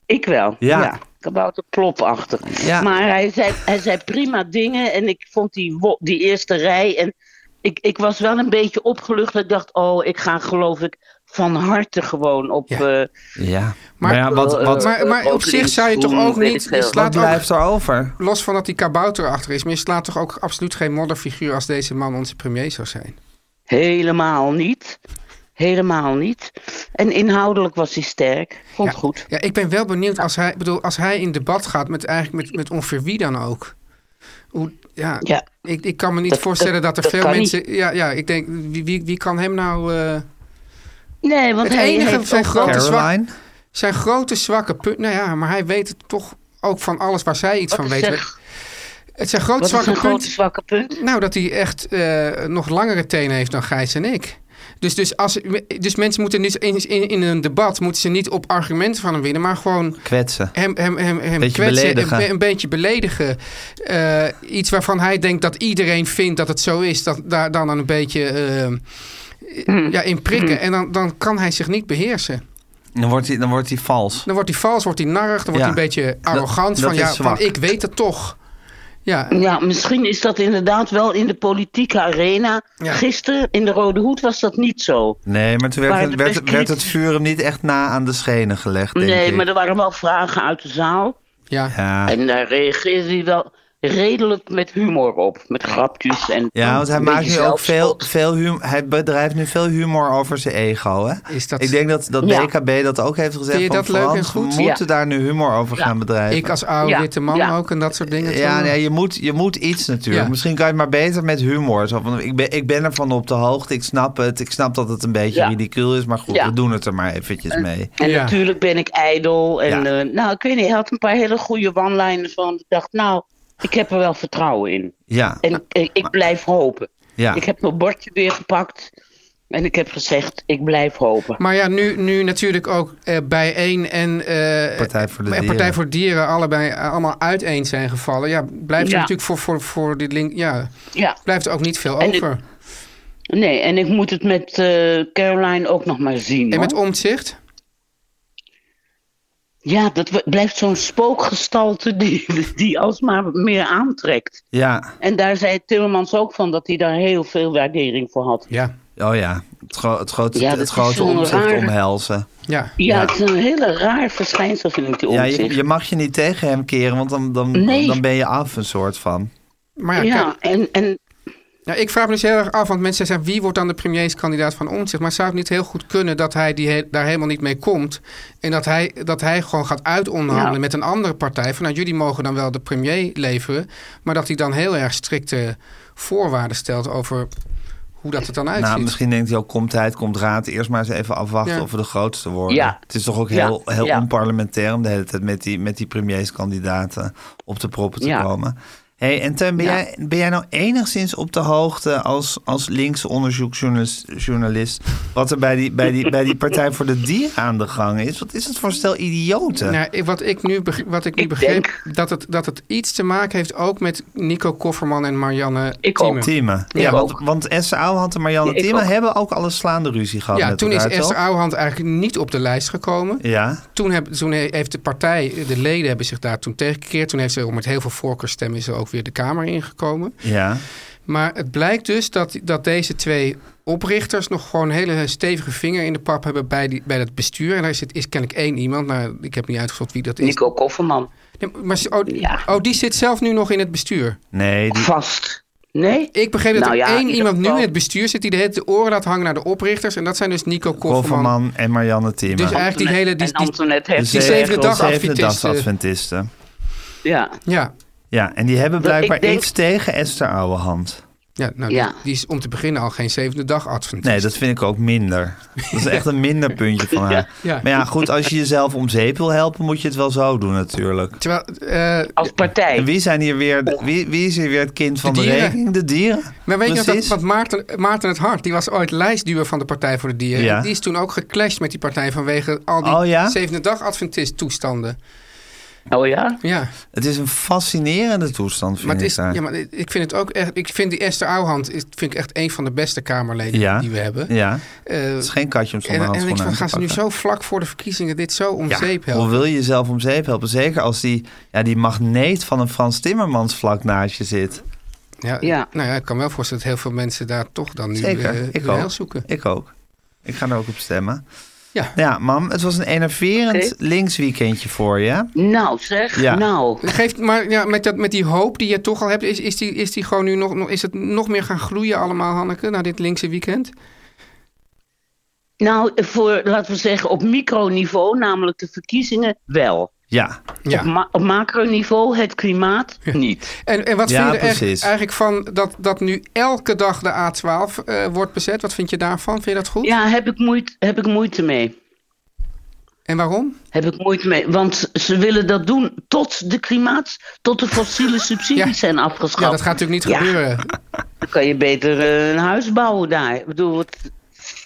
F: Ik wel.
B: Ja.
F: Ja. Kabouter plopachtig.
B: Ja.
F: Maar hij zei, hij zei prima dingen. En ik vond die, wo- die eerste rij. En ik, ik was wel een beetje opgelucht. Ik dacht, oh, ik ga geloof ik van harte gewoon op.
C: Ja.
F: eh,
B: Ja. Maar,
C: Maar-
B: ja, wat,
F: eh,
B: wat,
F: eh,
C: maar- maar op
F: ook
C: zich
F: links,
C: zou je toch
F: groen,
C: ook
F: weet
C: niet-
F: ik veel.
C: je slaat-
B: wat blijft er over?
C: Los van dat die kabouter achter is, maar je slaat toch ook absoluut geen modderfiguur als deze man onze premier zou zijn.
F: Helemaal niet. helemaal niet. En inhoudelijk was hij sterk. Vond
C: ja,
F: goed.
C: Ja, ik ben wel benieuwd als hij, bedoel, als hij in debat gaat met, eigenlijk met, met ongeveer wie dan ook. Hoe, ja,
F: Ja.
C: Ik, ik kan me niet
F: Dat-
C: voorstellen dat,
F: dat-
C: er
F: dat
C: veel
F: kan
C: mensen. Ja, ja, ik denk, wie, wie, wie kan hem nou. eh,
F: Nee, want
C: Het
F: hij
C: enige
F: heeft
C: van
F: ook
C: grote-
F: wel-
B: Caroline?
C: zijn grote zwakke punt. Nou ja, maar hij weet het toch ook van alles waar zij iets van
F: Wat is
C: weet.
F: zijn-
C: het zijn grote
F: Wat is
C: zwakke
F: een grote
C: punten.
F: zwakke punt?
C: Nou, dat hij echt eh, nog langere tenen heeft dan Gijs en ik. Dus, dus, als, dus mensen moeten niet in, in, in een debat moeten ze niet op argumenten van hem winnen, maar gewoon
B: Kwetsen.
C: hem, hem, hem, hem
B: Beetje
C: kwetsen, een
B: beledigen.
C: be- Een, beetje beledigen. Eh, iets waarvan hij denkt dat iedereen vindt dat het zo is, dat, daar dan een beetje eh,
F: Hmm.
C: ja, in prikken. En dan, dan kan hij zich niet beheersen.
B: Dan wordt hij, dan wordt hij vals.
C: Dan wordt hij vals, wordt hij narrig, dan wordt
B: Ja.
C: hij een beetje arrogant.
B: dat
C: van,
B: is
C: ja,
B: zwak.
C: van ik weet het toch. Ja,
F: Ja, misschien is dat inderdaad wel in de politieke arena.
C: Ja.
F: Gisteren in de Rode Hoed was dat niet zo.
B: Nee, maar toen werd,
F: Maar
B: het,
F: de
B: werd,
F: best
B: werd het
F: kritische-
B: vuur hem niet echt na aan de schenen gelegd, denk
F: nee,
B: ik.
F: maar er waren wel vragen uit de zaal.
C: ja.
B: Ja.
F: En daar reageerde hij wel redelijk met humor op. Met grapjes en.
B: Ja, want hij
F: een
B: maakt
F: beetje
B: nu ook veel,
F: zelfspot.
B: veel humor. Hij bedrijft nu veel humor over zijn ego. Hè?
C: Is dat-
B: Ik denk dat, dat
F: Ja.
B: BKB dat ook heeft gezegd.
C: Vind je
B: van,
C: dat leuk en
B: Frans,
C: goed?
B: We moeten
F: Ja.
B: daar nu humor over gaan bedrijven.
C: Ik als oude
F: Ja,
C: witte man
F: ja.
C: ook en dat soort dingen.
B: ja,
C: toch?
B: nee, je, moet, je moet iets natuurlijk.
C: Ja.
B: Misschien kan je het maar beter met humor. Zo van, ik, ben, ik ben ervan op de hoogte. Ik snap het. Ik snap dat het een beetje
F: Ja.
B: ridicuul is. Maar goed,
F: Ja.
B: we doen het er maar eventjes mee.
F: En
C: Ja.
F: natuurlijk ben ik ijdel. En
B: Ja.
F: eh, nou, ik weet niet, hij had een paar hele goede one-liners van. Ik dacht, nou, ik heb er wel vertrouwen in.
B: Ja,
F: En ik, ik blijf hopen.
B: ja.
F: Ik heb mijn bordje weer gepakt. En ik heb gezegd, ik blijf hopen.
C: Maar ja, nu, nu natuurlijk ook eh bijeen en eh,
B: Partij voor de
C: en
B: Dieren.
C: Partij voor Dieren allebei eh, allemaal uiteen zijn gevallen. Ja, blijft er
F: Ja.
C: natuurlijk voor, voor, voor dit link. Ja,
F: Ja,
C: blijft er ook niet veel
F: En de-
C: over.
F: nee, en ik moet het met eh, Caroline ook nog maar zien.
C: en
F: hoor.
C: met omzicht?
F: Ja, dat w- blijft zo'n spookgestalte die, die alsmaar meer aantrekt.
B: ja.
F: En daar zei Timmermans ook van dat hij daar heel veel waardering voor had.
C: Ja.
B: Oh ja, het, gro- het grote,
F: Ja, dat
B: het
F: is
B: grote
F: zo'n
B: omzicht
F: raar-
B: omhelzen.
C: Ja.
F: Ja, het is een hele raar verschijnsel, vind ik, die
B: Ja,
F: omzicht.
B: je, je mag je niet tegen hem keren, want dan, dan,
F: Nee.
B: dan ben je af een soort van.
C: Maar ja,
F: ja,
C: kijk,
F: en, en
C: ja, ik vraag me dus heel erg af, want mensen zeggen, wie wordt dan de premierskandidaat van omzicht? Maar zou het niet heel goed kunnen dat hij die he- daar helemaal niet mee komt en dat hij, dat hij gewoon gaat uitonderhandelen
F: Ja.
C: met een andere partij? Van nou, jullie mogen dan wel de premier leveren, maar dat hij dan heel erg strikte voorwaarden stelt over hoe dat het dan uitziet.
B: Nou, misschien denkt hij al, komt tijd, komt raad. Eerst maar eens even afwachten
C: Ja.
B: of we de grootste worden.
F: Ja.
B: Het is toch ook
F: Ja,
B: heel, heel
F: ja.
B: onparlementair om de hele tijd met die, met die premierskandidaten op de proppen te
F: Ja.
B: komen. hey, en Teun, ben,
F: Ja.
B: jij, ben jij nou enigszins op de hoogte als, als linkse onderzoeksjournalis- journalist wat er bij die, bij, die, bij die Partij voor de Dier aan de gang is? Wat is het voor een stel idioten?
C: Nou, ik- wat ik nu, beg- wat ik nu
F: Ik
C: begreep,
F: denk-
C: dat het, dat het iets te maken heeft ook met Nico Kofferman en Marianne
F: Ik
C: Thieme.
F: ook.
B: Thieme. Ja,
F: Ik
B: want,
F: ook.
B: want SAO had en Marianne
F: Ja, ik
B: Thieme
F: ook.
B: hebben ook al een slaande ruzie gehad
C: Ja,
B: met
C: toen is
B: elkaar,
C: Esther
B: toch?
C: Ouwehand eigenlijk niet op de lijst gekomen.
B: Ja,
C: Toen, heb, toen he- heeft de partij, de leden hebben zich daar toen tegengekeerd. Toen heeft ze met heel veel voorkeurstemmen is ze ook weer de Kamer ingekomen.
B: ja.
C: Maar het blijkt dus dat, dat deze twee oprichters nog gewoon een hele stevige vinger in de pap hebben bij, die, bij dat bestuur. En daar zit, is kennelijk één iemand, maar ik heb niet uitgezocht wie dat is.
F: Nico Kofferman.
C: Nee, maar, ze- oh,
F: Ja.
C: oh, die zit zelf nu nog in het bestuur.
B: Nee, die,
F: Vast. Nee?
C: Ik begreep dat
F: Nou
C: er
F: ja, in
C: één
F: ieder
C: iemand nu
F: geval-
C: in het bestuur zit die de hele tijd de oren laat hangen naar de oprichters. En dat zijn dus Nico Kofferman.
B: Kofferman en Marianne Thieme.
C: Dus eigenlijk die hele. Die,
F: en
C: die-
F: Antoinette
B: De
F: heeft
C: die zevende dag
B: zevende
C: Adventisten.
B: dag Adventisten.
F: Ja,
C: ja,
B: Ja, en die hebben
F: Dat
B: blijkbaar
F: ik denk-
B: iets tegen Esther Ouwehand.
C: ja, nou, die-
F: Ja.
C: Die, is om te beginnen al geen zevende dag adventist.
B: Nee, dat vind ik ook minder. Dat is echt een minder puntje van haar.
C: Ja.
B: Maar ja, goed, als je jezelf om zeep wil helpen, moet je het wel zo doen natuurlijk.
C: Terwijl, eh,
F: als partij.
B: En wie, zijn hier weer de- wie, wie is hier weer het kind van de,
C: dieren.
B: rekening? De dieren.
C: maar weet je nog dat,
B: Precies.
C: wat Maarten, Maarten het Hart, die was ooit lijstduwer van de Partij voor de Dieren.
B: Ja.
C: Die is toen ook geclashed met die partij vanwege al die
B: Oh, ja?
C: zevende dag adventist toestanden.
F: Oh ja?
C: Ja.
B: Het is een fascinerende toestand, vind
C: Maar, het
B: ik
C: is,
B: daar.
C: ja, maar ik vind het ook echt. Ik vind die Esther Ouwehand is- vind ik echt een van de beste Kamerleden
B: Ja.
C: die we hebben.
B: Ja,
C: Eh,
B: het is geen katje om zonder
C: en, en ik
B: handschoenen
C: denk van,
B: aan te
C: gaan ze nu
B: pakken.
C: zo vlak voor de verkiezingen dit zo om
B: Ja,
C: zeep helpen?
B: Hoe wil je jezelf om zeep helpen? Zeker als die, ja, die magneet van een Frans Timmermans vlak naast je zit.
C: Ja,
F: Ja.
C: Nou ja, ik kan me wel voorstellen dat heel veel mensen daar toch dan nu
B: Zeker.
C: eh,
B: ik,
C: hun
B: ook.
C: heil zoeken.
B: ik ook. Ik ga er ook op stemmen.
C: Ja.
B: Nou ja, mam, het was een enerverend linksweekendje voor je.
F: Nou zeg,
B: Ja.
F: nou.
C: Geeft, maar ja, met, dat, met die hoop die je toch al hebt, is, is, die, is die gewoon nu nog, nog, is het nog meer gaan gloeien allemaal, Hanneke, na dit linkse weekend?
F: Nou, voor, laten we zeggen, op microniveau, namelijk de verkiezingen, wel.
B: Ja,
F: Op, ma- op macroniveau, het klimaat, niet.
C: En, en wat
B: Ja,
C: vind je er echt-
B: precies.
C: eigenlijk van dat, dat nu elke dag de A12 eh, wordt bezet? Wat vind je daarvan? Vind je dat goed?
F: Ja, heb ik, moeite, heb ik moeite mee.
C: En waarom?
F: Heb ik moeite mee. Want ze willen dat doen tot de klimaat, tot de fossiele subsidies
C: Ja.
F: zijn afgeschaft.
C: Ja, dat gaat natuurlijk niet
F: Ja.
C: gebeuren.
F: Dan kan je beter eh, een huis bouwen daar. Ik bedoel, het-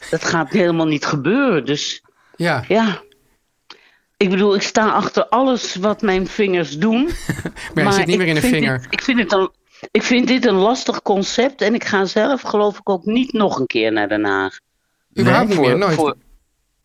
F: dat gaat helemaal niet gebeuren. Dus
C: Ja.
F: ja. Ik bedoel, ik sta achter alles wat mijn vingers doen.
C: Maar je zit niet
F: ik
C: meer in de
F: vind
C: vinger.
F: dit- ik, vind het een, ik vind dit een lastig concept. En ik ga zelf, geloof ik, ook niet nog een keer naar Den Haag.
C: Überhaupt niet meer,
F: Voor-
C: nooit.
F: voor-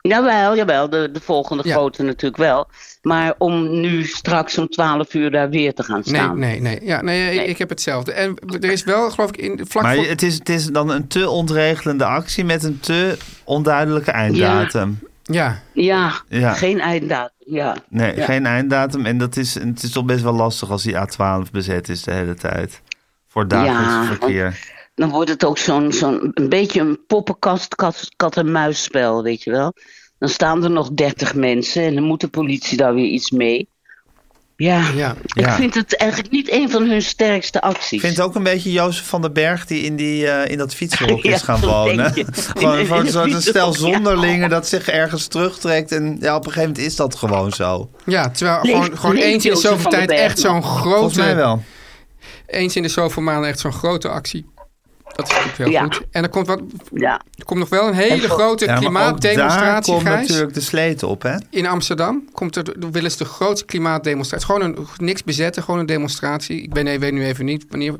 F: Jawel, jawel, de, de volgende
C: Ja.
F: grote natuurlijk wel. Maar om nu straks om 12 uur daar weer te gaan
C: Nee,
F: staan.
C: nee, nee. Ja, nee, ik-
F: Nee.
C: Ik heb hetzelfde. En er is wel, geloof ik, in, vlak
B: maar
C: voor...
B: het is, het is dan een te ontregelende actie met een te onduidelijke einddatum.
C: Ja,
F: Ja,
B: Ja.
F: geen einddatum. Ja.
B: Nee,
F: Ja.
B: geen einddatum. En dat is, en het is toch best wel lastig als die A12 bezet is de hele tijd. Voor dagelijks
F: Ja.
B: verkeer.
F: Dan wordt het ook zo'n, zo'n een beetje een poppenkast, kat, kat en muisspel, weet je wel. Dan staan er nog 30 mensen en dan moet de politie daar weer iets mee. Ja,
C: ja.
F: ik
B: Ja.
F: vind het eigenlijk niet een van hun sterkste acties.
B: Ik vind het ook een beetje Jozef van den Berg die in, die, eh, in dat fietsenhok
F: Ja,
B: is gaan
F: zo'n
B: wonen.
F: beetje.
B: gewoon
F: In-
B: voor
F: in
B: een
F: een
B: soort een stel
F: fietsenhok, ja.
B: zonderlingen dat zich ergens terugtrekt. En ja, op een gegeven moment is dat gewoon zo.
C: ja, terwijl
F: Leef-
C: gewoon, gewoon
F: leef
C: eens in de
F: Jozef
C: zoveel
F: van den
C: tijd
F: Berg
C: echt zo'n
B: Volgens mij
C: grote...
B: wel.
C: Eens in de zoveel maanden echt zo'n grote actie. Dat is natuurlijk heel
F: Ja.
C: goed. En er komt, wat,
F: Ja,
C: er komt nog wel een hele grote
B: Ja, maar ook daar
C: klimaatdemonstratie,
B: komt
C: Gijs.
B: natuurlijk de sleet op, hè?
C: In Amsterdam komt er, er willen ze de grootste klimaatdemonstratie. Gewoon een, niks bezetten, gewoon een demonstratie. Ik ben, nee, weet nu even niet wanneer.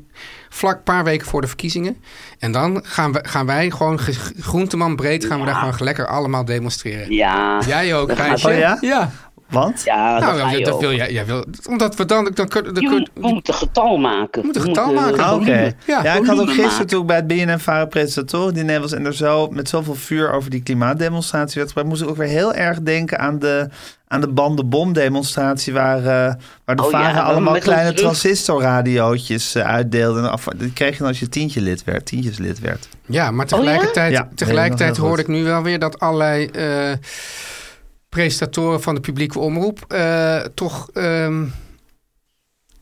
C: Vlak paar weken voor de verkiezingen. En dan gaan, we, gaan wij gewoon, ge- Groenteman breed, gaan we daar gewoon lekker allemaal demonstreren.
F: ja.
C: Jij ook,
F: Dat gaat-
C: Gijsje?
B: Oh ja?
C: Ja.
B: Want?
F: Ja,
C: Nou,
F: dat, ga
C: ja,
F: je
C: dat
F: ook.
C: wil jij. jij wil, omdat we dan... dan, kun- dan,
F: Je
C: kun-
F: moet, we moeten getal maken.
C: We moeten
F: We
C: getal
F: moeten-
C: maken.
B: Ah, Oké. Ja,
C: Ja,
B: ik had ook
F: volume
B: gisteren
F: maken.
B: toen ik bij het BNN Varen presentatoren was en er zo met zoveel vuur over die klimaatdemonstratie werd gepraat, moest ik ook weer heel erg denken aan de, aan de bandenbomdemonstratie waar, eh, waar de
F: Oh ja,
B: varen
F: dan
B: allemaal
F: met
B: kleine
F: ons terug.
B: transistorradiootjes eh, uitdeelden. En af, dat kreeg je als je tientje lid werd, tientjes lid werd.
C: ja, maar tegelijkertijd,
B: Ja, nee, dat is
C: tegelijkertijd
B: heel
C: hoor
B: goed.
C: ik nu wel weer dat allerlei eh presentatoren van de publieke omroep eh, toch... ehm,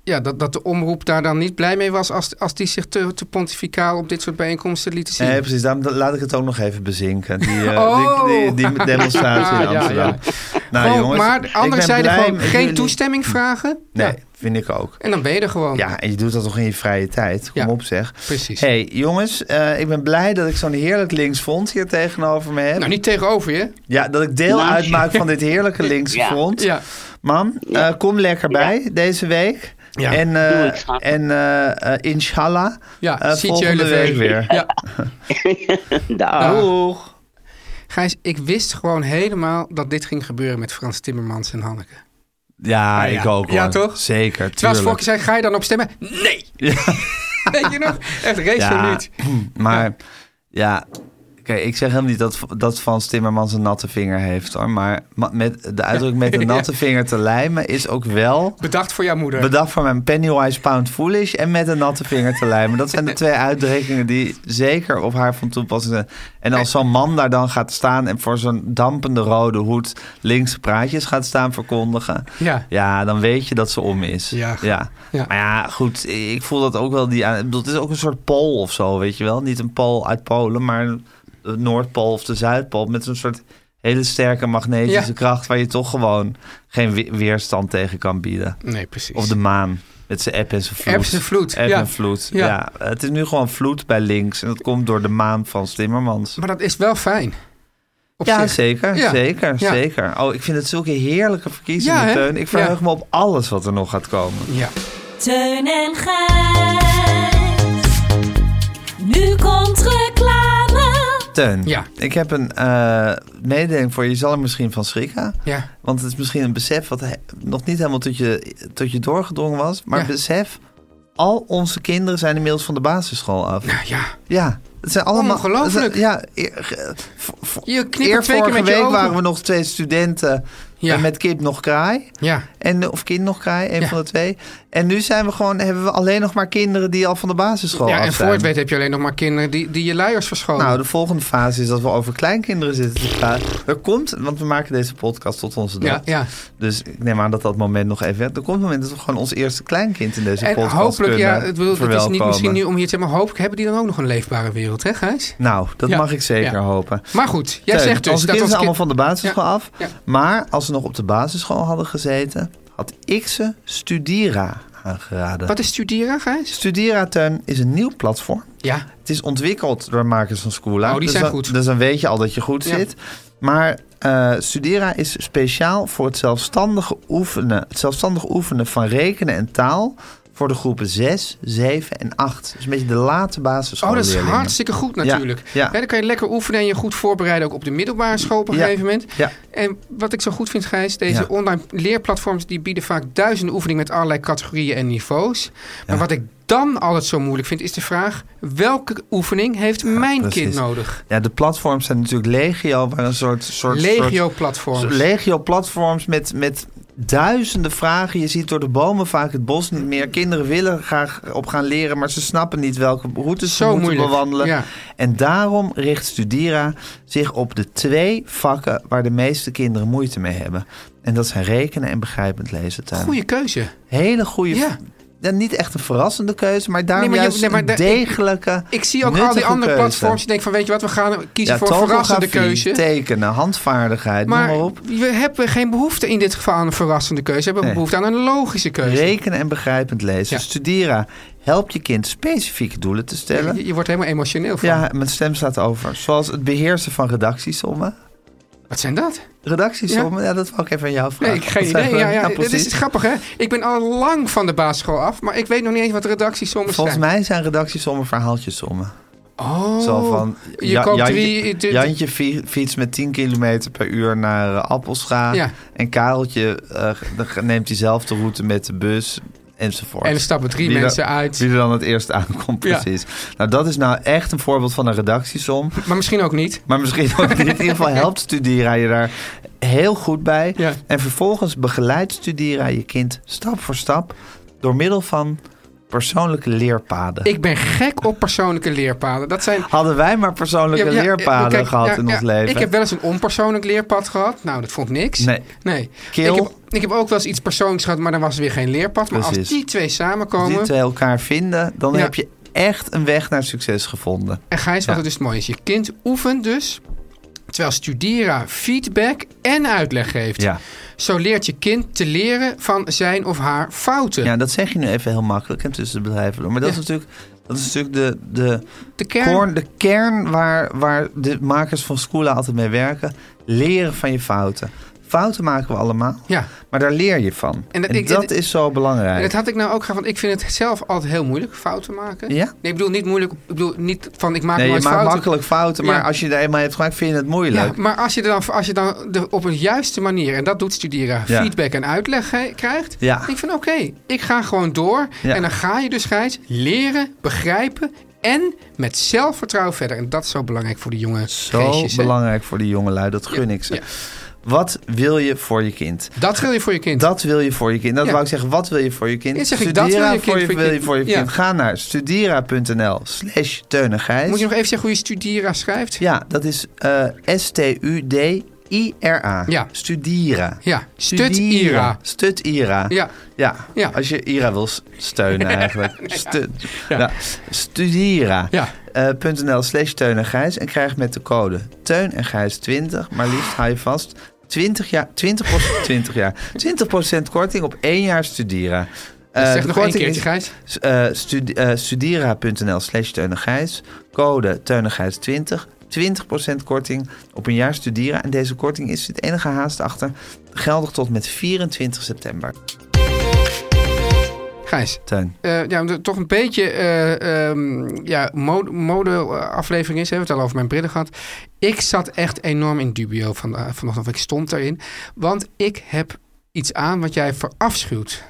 C: ja, dat, dat de omroep daar dan niet blij mee was als, als die zich te, te pontificaal op dit soort bijeenkomsten lieten zien.
B: Nee, precies. Daarom da- laat ik het ook nog even bezinken. Die, eh,
C: Oh.
B: die, die, die demonstratie in
C: Ja, ja,
B: Amsterdam.
C: ja.
B: Nou,
C: Gewoon,
B: jongens, ik
C: maar
B: ben
C: anderzijds
B: blij
C: gewoon
B: met
C: geen
B: jullie.
C: toestemming vragen.
B: Nee,
C: Ja,
B: vind ik ook.
C: En dan ben je er gewoon.
B: Ja, en je doet dat toch in je vrije tijd? Kom
C: Ja.
B: op zeg.
C: Precies.
B: hey, jongens, eh, ik ben blij dat ik zo'n heerlijk linksfront hier tegenover me heb.
C: Nou, niet tegenover je.
B: Ja, dat ik deel
F: Nou,
B: uitmaak van dit heerlijke linksfront.
C: Ja.
B: Mam, eh, kom lekker bij deze week.
C: Ja.
B: En, eh,
F: Doe het, schat.
B: en eh, eh, inshallah,
C: Ja,
B: eh,
C: ziet
B: volgende
C: jullie
B: week weer.
C: Ja.
F: Daar.
C: Ah.
B: Doeg!
C: Gijs, ik wist gewoon helemaal dat dit ging gebeuren met Frans Timmermans en Hanneke.
B: Ja,
C: ik ook, hoor. Ah, Ja, toch?
B: Zeker,
C: Terwijl ze vorige keer zei, ga je dan op stemmen? Nee! Weet je nog? Echt resoluut.
B: maar ja, kijk, ik zeg helemaal niet dat, dat Frans Timmermans een natte vinger heeft hoor. Maar ma- met de uitdrukking met de natte vinger te lijmen is ook wel...
C: Bedacht voor jouw moeder.
B: Bedacht voor mijn Pennywise Pound Foolish en met een natte vinger te lijmen. Dat zijn de twee uitdrukkingen die zeker op haar van toepassing zijn. En als zo'n man daar dan gaat staan en voor zo'n dampende rode hoed linkse praatjes gaat staan verkondigen.
C: Ja.
B: Ja, dan weet je dat ze om is.
C: Ja. Ja.
B: Maar ja, goed, ik voel dat ook wel. Die, aan- ik bedoel, het is ook een soort pool of zo, weet je wel. Niet een pool uit Polen, maar de Noordpool of de Zuidpool. Met zo'n soort hele sterke magnetische
C: Ja.
B: kracht waar je toch gewoon geen we- weerstand tegen kan bieden.
C: Nee, precies.
B: Of de maan. Met zijn app en zijn vloed.
C: App en vloed,
B: App
C: ja.
B: en vloed.
C: Ja.
B: Ja. Het is nu gewoon vloed bij links. En dat komt door de maan van Stimmermans.
C: Maar dat is wel fijn. Op
B: ja,
C: zich.
B: zeker.
C: Ja.
B: Zeker.
C: Ja.
B: Zeker. Oh, ik vind het zulke heerlijke verkiezingen,
C: Ja, hè?
B: Teun. Ik verheug
C: Ja.
B: me op alles wat er nog gaat komen.
C: Ja.
E: Teun en Gijs. Nu komt reclame.
B: Teun,
C: Ja.
B: ik heb een eh, mededeling voor je. Je zal er misschien van schrikken.
C: Ja.
B: Want het is misschien een besef wat he- nog niet helemaal tot je, tot je doorgedrongen was. Maar
C: Ja.
B: besef, al onze kinderen zijn inmiddels van de basisschool af.
C: Nou ja.
B: Ja, het zijn allemaal... e-,
C: Ongelooflijk.
B: het zijn- Ja, eer- ge- v- v-
C: Je knippert
B: eer
C: twee keer
B: vorige
C: met je
B: week
C: ogen.
B: waren we nog twee studenten
C: Ja.
B: En met Kip nog kraai.
C: Ja,
B: En, of kind nog kraai, een
C: Ja.
B: van de twee. En nu zijn we gewoon, hebben we alleen nog maar kinderen die al van de basisschool
C: ja
B: af
C: en
B: zijn.
C: voor het weet heb je alleen nog maar kinderen die, die je luiers verschonen.
B: Oh, Nou, de volgende fase is dat we over kleinkinderen zitten te praten. Er komt, want we maken deze podcast tot onze dood.
C: ja, ja.
B: Dus ik neem aan dat dat moment nog even... Er komt een moment dat we gewoon ons eerste kleinkind in deze
C: En
B: podcast
C: hopelijk,
B: kunnen
C: ja, het, wil, het is niet
B: verwelkomen.
C: misschien nu om hier te zeggen, maar hopelijk hebben die dan ook nog een leefbare wereld, hè Gijs?
B: Nou, dat
C: Ja.
B: mag ik zeker
C: Ja.
B: hopen.
C: Maar goed, jij
B: Teun,
C: zegt dus
B: onze
C: dat
B: kinderen
C: als
B: zijn allemaal van
C: kind...
B: de basisschool
C: Ja,
B: af.
C: ja.
B: Maar als ze nog op de basisschool hadden gezeten... had ik ze Studira aangeraden.
C: Wat is studeren, Gijs?
B: Studira, Teun, is een nieuw platform.
C: Ja,
B: Het is ontwikkeld door makers van Schoola.
C: Oh, die
B: dus
C: zijn
B: dan,
C: goed.
B: Dus dan weet je al dat je goed
C: Ja.
B: zit. Maar eh, Studera is speciaal voor het zelfstandig, oefenen, het zelfstandig oefenen van rekenen en taal... voor de groepen 6, 7 en 8. Dus een beetje de late basisschool.
C: oh, dat is hartstikke goed natuurlijk.
B: ja.
C: Hè, dan kan je lekker oefenen en je goed voorbereiden ook op de middelbare school op een
B: Ja,
C: gegeven moment.
B: ja.
C: En wat ik zo goed vind, Gijs, deze
B: Ja.
C: online leerplatforms die bieden vaak duizenden oefeningen met allerlei categorieën en niveaus. Maar wat ik dan altijd zo moeilijk vind, is de vraag: welke oefening heeft mijn
B: precies.
C: kind nodig?
B: Ja, de platforms zijn natuurlijk legio, waar een soort... soort
C: Legio-platforms.
B: soort- Legio-platforms met... met Duizenden vragen. Je ziet door de bomen vaak het bos niet meer. Kinderen willen graag op gaan leren, maar ze snappen niet welke routes ze
C: Zo
B: moeten
C: moeilijk,
B: bewandelen.
C: ja.
B: En daarom richt Studira zich op de twee vakken waar de meeste kinderen moeite mee hebben. En dat zijn rekenen en begrijpend lezen. Tuin.
C: Goeie keuze.
B: Hele goede...
C: Ja.
B: Ja, niet echt een verrassende keuze, maar daarom
C: Nee, maar je-
B: juist
C: nee, maar
B: een
C: daar- ik-
B: degelijke,
C: Ik zie ook al die
B: nuttige
C: andere
B: keuze.
C: platforms. Ik denk van, weet je wat, we gaan kiezen
B: Ja,
C: voor een verrassende
B: topografie,
C: keuze.
B: tekenen, handvaardigheid,
C: Maar
B: noem maar op.
C: we hebben geen behoefte in dit geval aan een verrassende keuze. We hebben
B: Nee.
C: behoefte aan een logische keuze.
B: Rekenen en begrijpend lezen.
C: Ja.
B: Studera helpt je kind specifieke doelen te stellen.
C: Je, je wordt helemaal emotioneel van.
B: Ja, mijn stem staat over. Zoals het beheersen van redactiesommen.
C: Wat zijn dat?
B: Redactiesommen, ja. dat wou ik even aan jou vragen.
C: Nee, ik geen
B: Dat zijn
C: idee. Ja,
B: gewoon-
C: ja, dit
B: precies.
C: is grappig, hè? Ik ben al lang van de basisschool af, maar ik weet nog niet eens wat redactiesommen
B: Volgens
C: zijn.
B: mij zijn redactiesommen verhaaltjesommen.
C: oh,
B: Zo van,
C: je
B: Ja-
C: koopt
B: Jantje-
C: drie... dit-
B: Jantje fi- fietst met 10 kilometer per uur naar eh, Appelscha.
C: Ja.
B: En Kareltje eh, dan neemt diezelfde route met de bus enzovoort.
C: en er stappen drie
B: Wie dan-
C: mensen uit.
B: Wie er dan het eerst aankomt,
C: Ja.
B: precies. Nou, dat is nou echt een voorbeeld van een redactiesom.
C: Maar misschien ook niet.
B: Maar misschien ook niet. In ieder geval helpt Studera je daar heel goed bij.
C: Ja.
B: En vervolgens begeleidt Studera je kind stap voor stap... door middel van persoonlijke leerpaden.
C: Ik ben gek op persoonlijke leerpaden. Dat zijn
B: Hadden wij maar persoonlijke
C: Ja, ja,
B: leerpaden
C: kijk,
B: gehad
C: ja,
B: in
C: ja,
B: ons leven.
C: Ik heb wel eens een onpersoonlijk leerpad gehad. Nou, dat vond ik niks.
B: Nee. Kil.
C: Ik, heb, ik heb ook wel eens iets persoonlijks gehad, maar dan was er weer geen leerpad. Maar als
B: Precies.
C: die twee
B: Als die
C: samenkomen...
B: twee elkaar vinden, dan
C: Ja.
B: heb je echt een weg naar succes gevonden.
C: En Gijs, wat
B: Ja.
C: het dus mooi is. Je kind oefent dus... Terwijl Studera feedback en uitleg geeft.
B: Ja.
C: Zo leert je kind te leren van zijn of haar fouten.
B: ja, dat zeg je nu even heel makkelijk en tussen de bedrijven door. Maar dat is
C: Ja.
B: natuurlijk, dat is natuurlijk de, de,
C: de kern.
B: Korn, de kern waar, waar de makers van Schoola altijd mee werken. Leren van je fouten. Fouten maken we allemaal,
C: Ja.
B: maar daar leer je van. En
C: En
B: dat,
C: dat- ik- het-
B: is zo
C: En
B: belangrijk.
C: dat had ik nou ook graag, want ik vind het zelf altijd heel moeilijk, fouten maken.
B: Ja?
C: Nee, ik bedoel niet moeilijk, ik bedoel niet van ik maak
B: nee, je maakt
C: nooit fouten.
B: makkelijk fouten, maar
C: Ja.
B: als je er eenmaal hebt gemaakt, vind je het moeilijk.
C: Ja, maar als je dan, als je dan de, op een juiste manier, en dat doet studeren,
B: Ja.
C: feedback en uitleg ge- krijgt.
B: Ja.
C: denk Ik van oké, ik ga gewoon door.
B: Ja.
C: En dan ga je dus Gijs leren, begrijpen en met zelfvertrouwen verder. En dat is zo belangrijk voor de jonge
B: Zo
C: geestjes, hè.
B: belangrijk voor die jongelui, dat gun ik ze.
C: ja.
B: Wat wil je voor je kind?
C: Dat wil je voor je kind.
B: Dat wil je voor je kind. Dat
C: Ja.
B: wou ik zeggen, wat wil je voor je kind?
C: Ja, zeg ik, dat wil je kind
B: voor je,
C: voor je
B: wil je
C: kind.
B: voor je
C: Ja.
B: kind. Ga naar studera.nl slash Teun en Gijs.
C: Moet je nog even zeggen hoe je studeren schrijft?
B: Ja, dat is eh, S-T-U-D-I-R-A.
C: Ja.
B: Studira.
C: Ja, stut Ira.
B: Stut Ira.
C: Ja,
B: Ja.
C: Ja.
B: Als je Ira wil s- steunen eigenlijk. Stut. Ja. Studira.
C: Ja.
B: Eh, punt .nl slash Teun en Gijs. En krijg met de code Teun en Gijs 20. Maar liefst hou je vast. 20 jaar, 20 20 jaar. 20% korting op één jaar Studira. Eh,
C: zeg
B: de
C: nog één
B: korting
C: keertje
B: is-
C: Gijs.
B: eh, studi- eh, studera.nl slash teunigijs. Code teunigijs20. 20% korting op een jaar studeren. En deze korting is het enige haast achter. Geldig tot met 24 september.
C: Gijs,
B: Teun.
C: eh, ja, omdat het toch een beetje eh ehm, ja, mode, mode eh, aflevering is. Hebben we het al over mijn brillen gehad. Ik zat echt enorm in dubio van, eh, vanochtend. Ik stond daarin. Want ik heb iets aan wat jij verafschuwt.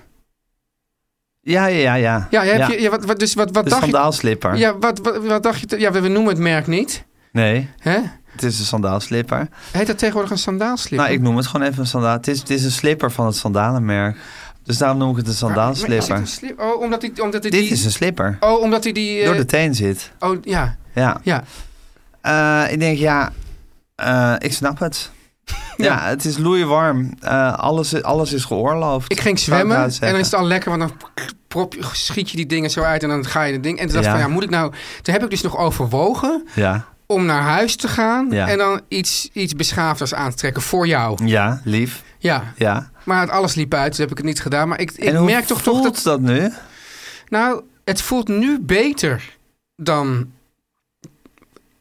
B: Ja, ja, ja. ja.
C: Ja, jij hebt
B: ja.
C: Je, ja, wat, wat, dus wat, wat
B: de
C: dacht je...
B: sandaalslipper.
C: Ja, wat, wat, wat dacht je... te- ja, we, we noemen het merk niet.
B: Nee,
C: Hè?
B: het is een sandaalslipper.
C: Heet dat tegenwoordig een sandaalslipper?
B: Nou, ik noem het gewoon even een sandaal. Het is, het is een slipper van het sandalenmerk. Dus daarom noem ik het een
C: Maar is het
B: sandaalslipper.
C: een slip- Oh, omdat hij, omdat hij
B: Dit
C: die...
B: is een slipper.
C: Oh, omdat hij die... eh,
B: Door de teen zit.
C: Oh, ja.
B: Ja.
C: Ja.
B: Eh, ik denk, ja, eh, ik snap het. Ja, het is loeiwarm. Eh alles, i- alles is geoorloofd.
C: Ik ging
B: Zou
C: zwemmen
B: nou
C: en
B: zeggen.
C: dan is het al lekker, want dan prop, je- schiet je die dingen zo uit en dan ga je het ding. En toen dacht ik
B: Ja.
C: van, ja, moet ik nou... Toen heb ik dus nog overwogen
B: Ja,
C: om naar huis te gaan
B: Ja.
C: en dan iets, iets beschaafders aan te trekken voor jou.
B: ja, lief.
C: Ja,
B: Ja.
C: maar het alles liep uit, dus heb ik het niet gedaan. Maar ik, ik
B: en hoe
C: merk toch toch
B: voelt
C: dat...
B: dat nu?
C: Nou, het voelt nu beter dan...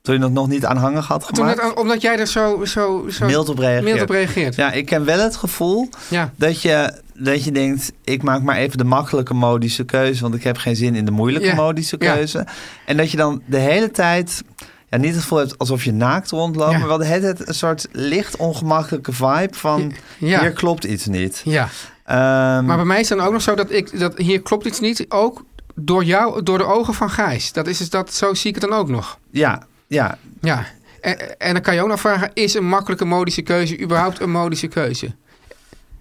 B: Toen je dat nog niet aanhangig had
C: Toen
B: gemaakt?
C: het, omdat jij er zo, zo, zo
B: Mild op reageert.
C: mild op reageert.
B: Ja, ik ken wel het gevoel
C: Ja.
B: dat je, dat je denkt... ik maak maar even de makkelijke modische keuze... want ik heb geen zin in de moeilijke
C: Ja,
B: modische
C: ja.
B: keuze. En dat je dan de hele tijd ja, niet het gevoel hebt alsof je naakt rondloopt...
C: Ja.
B: maar wel de hele tijd een soort licht ongemakkelijke vibe van...
C: Ja.
B: hier klopt iets niet.
C: ja.
B: Ehm,
C: Maar bij mij is dan ook nog zo dat ik dat hier klopt iets niet. Ook door jou, door de ogen van Gijs. Dat is dus dat, zo zie ik het dan ook nog.
B: ja, ja,
C: Ja. En, en dan kan je ook nog vragen: is een makkelijke modische keuze überhaupt een modische keuze?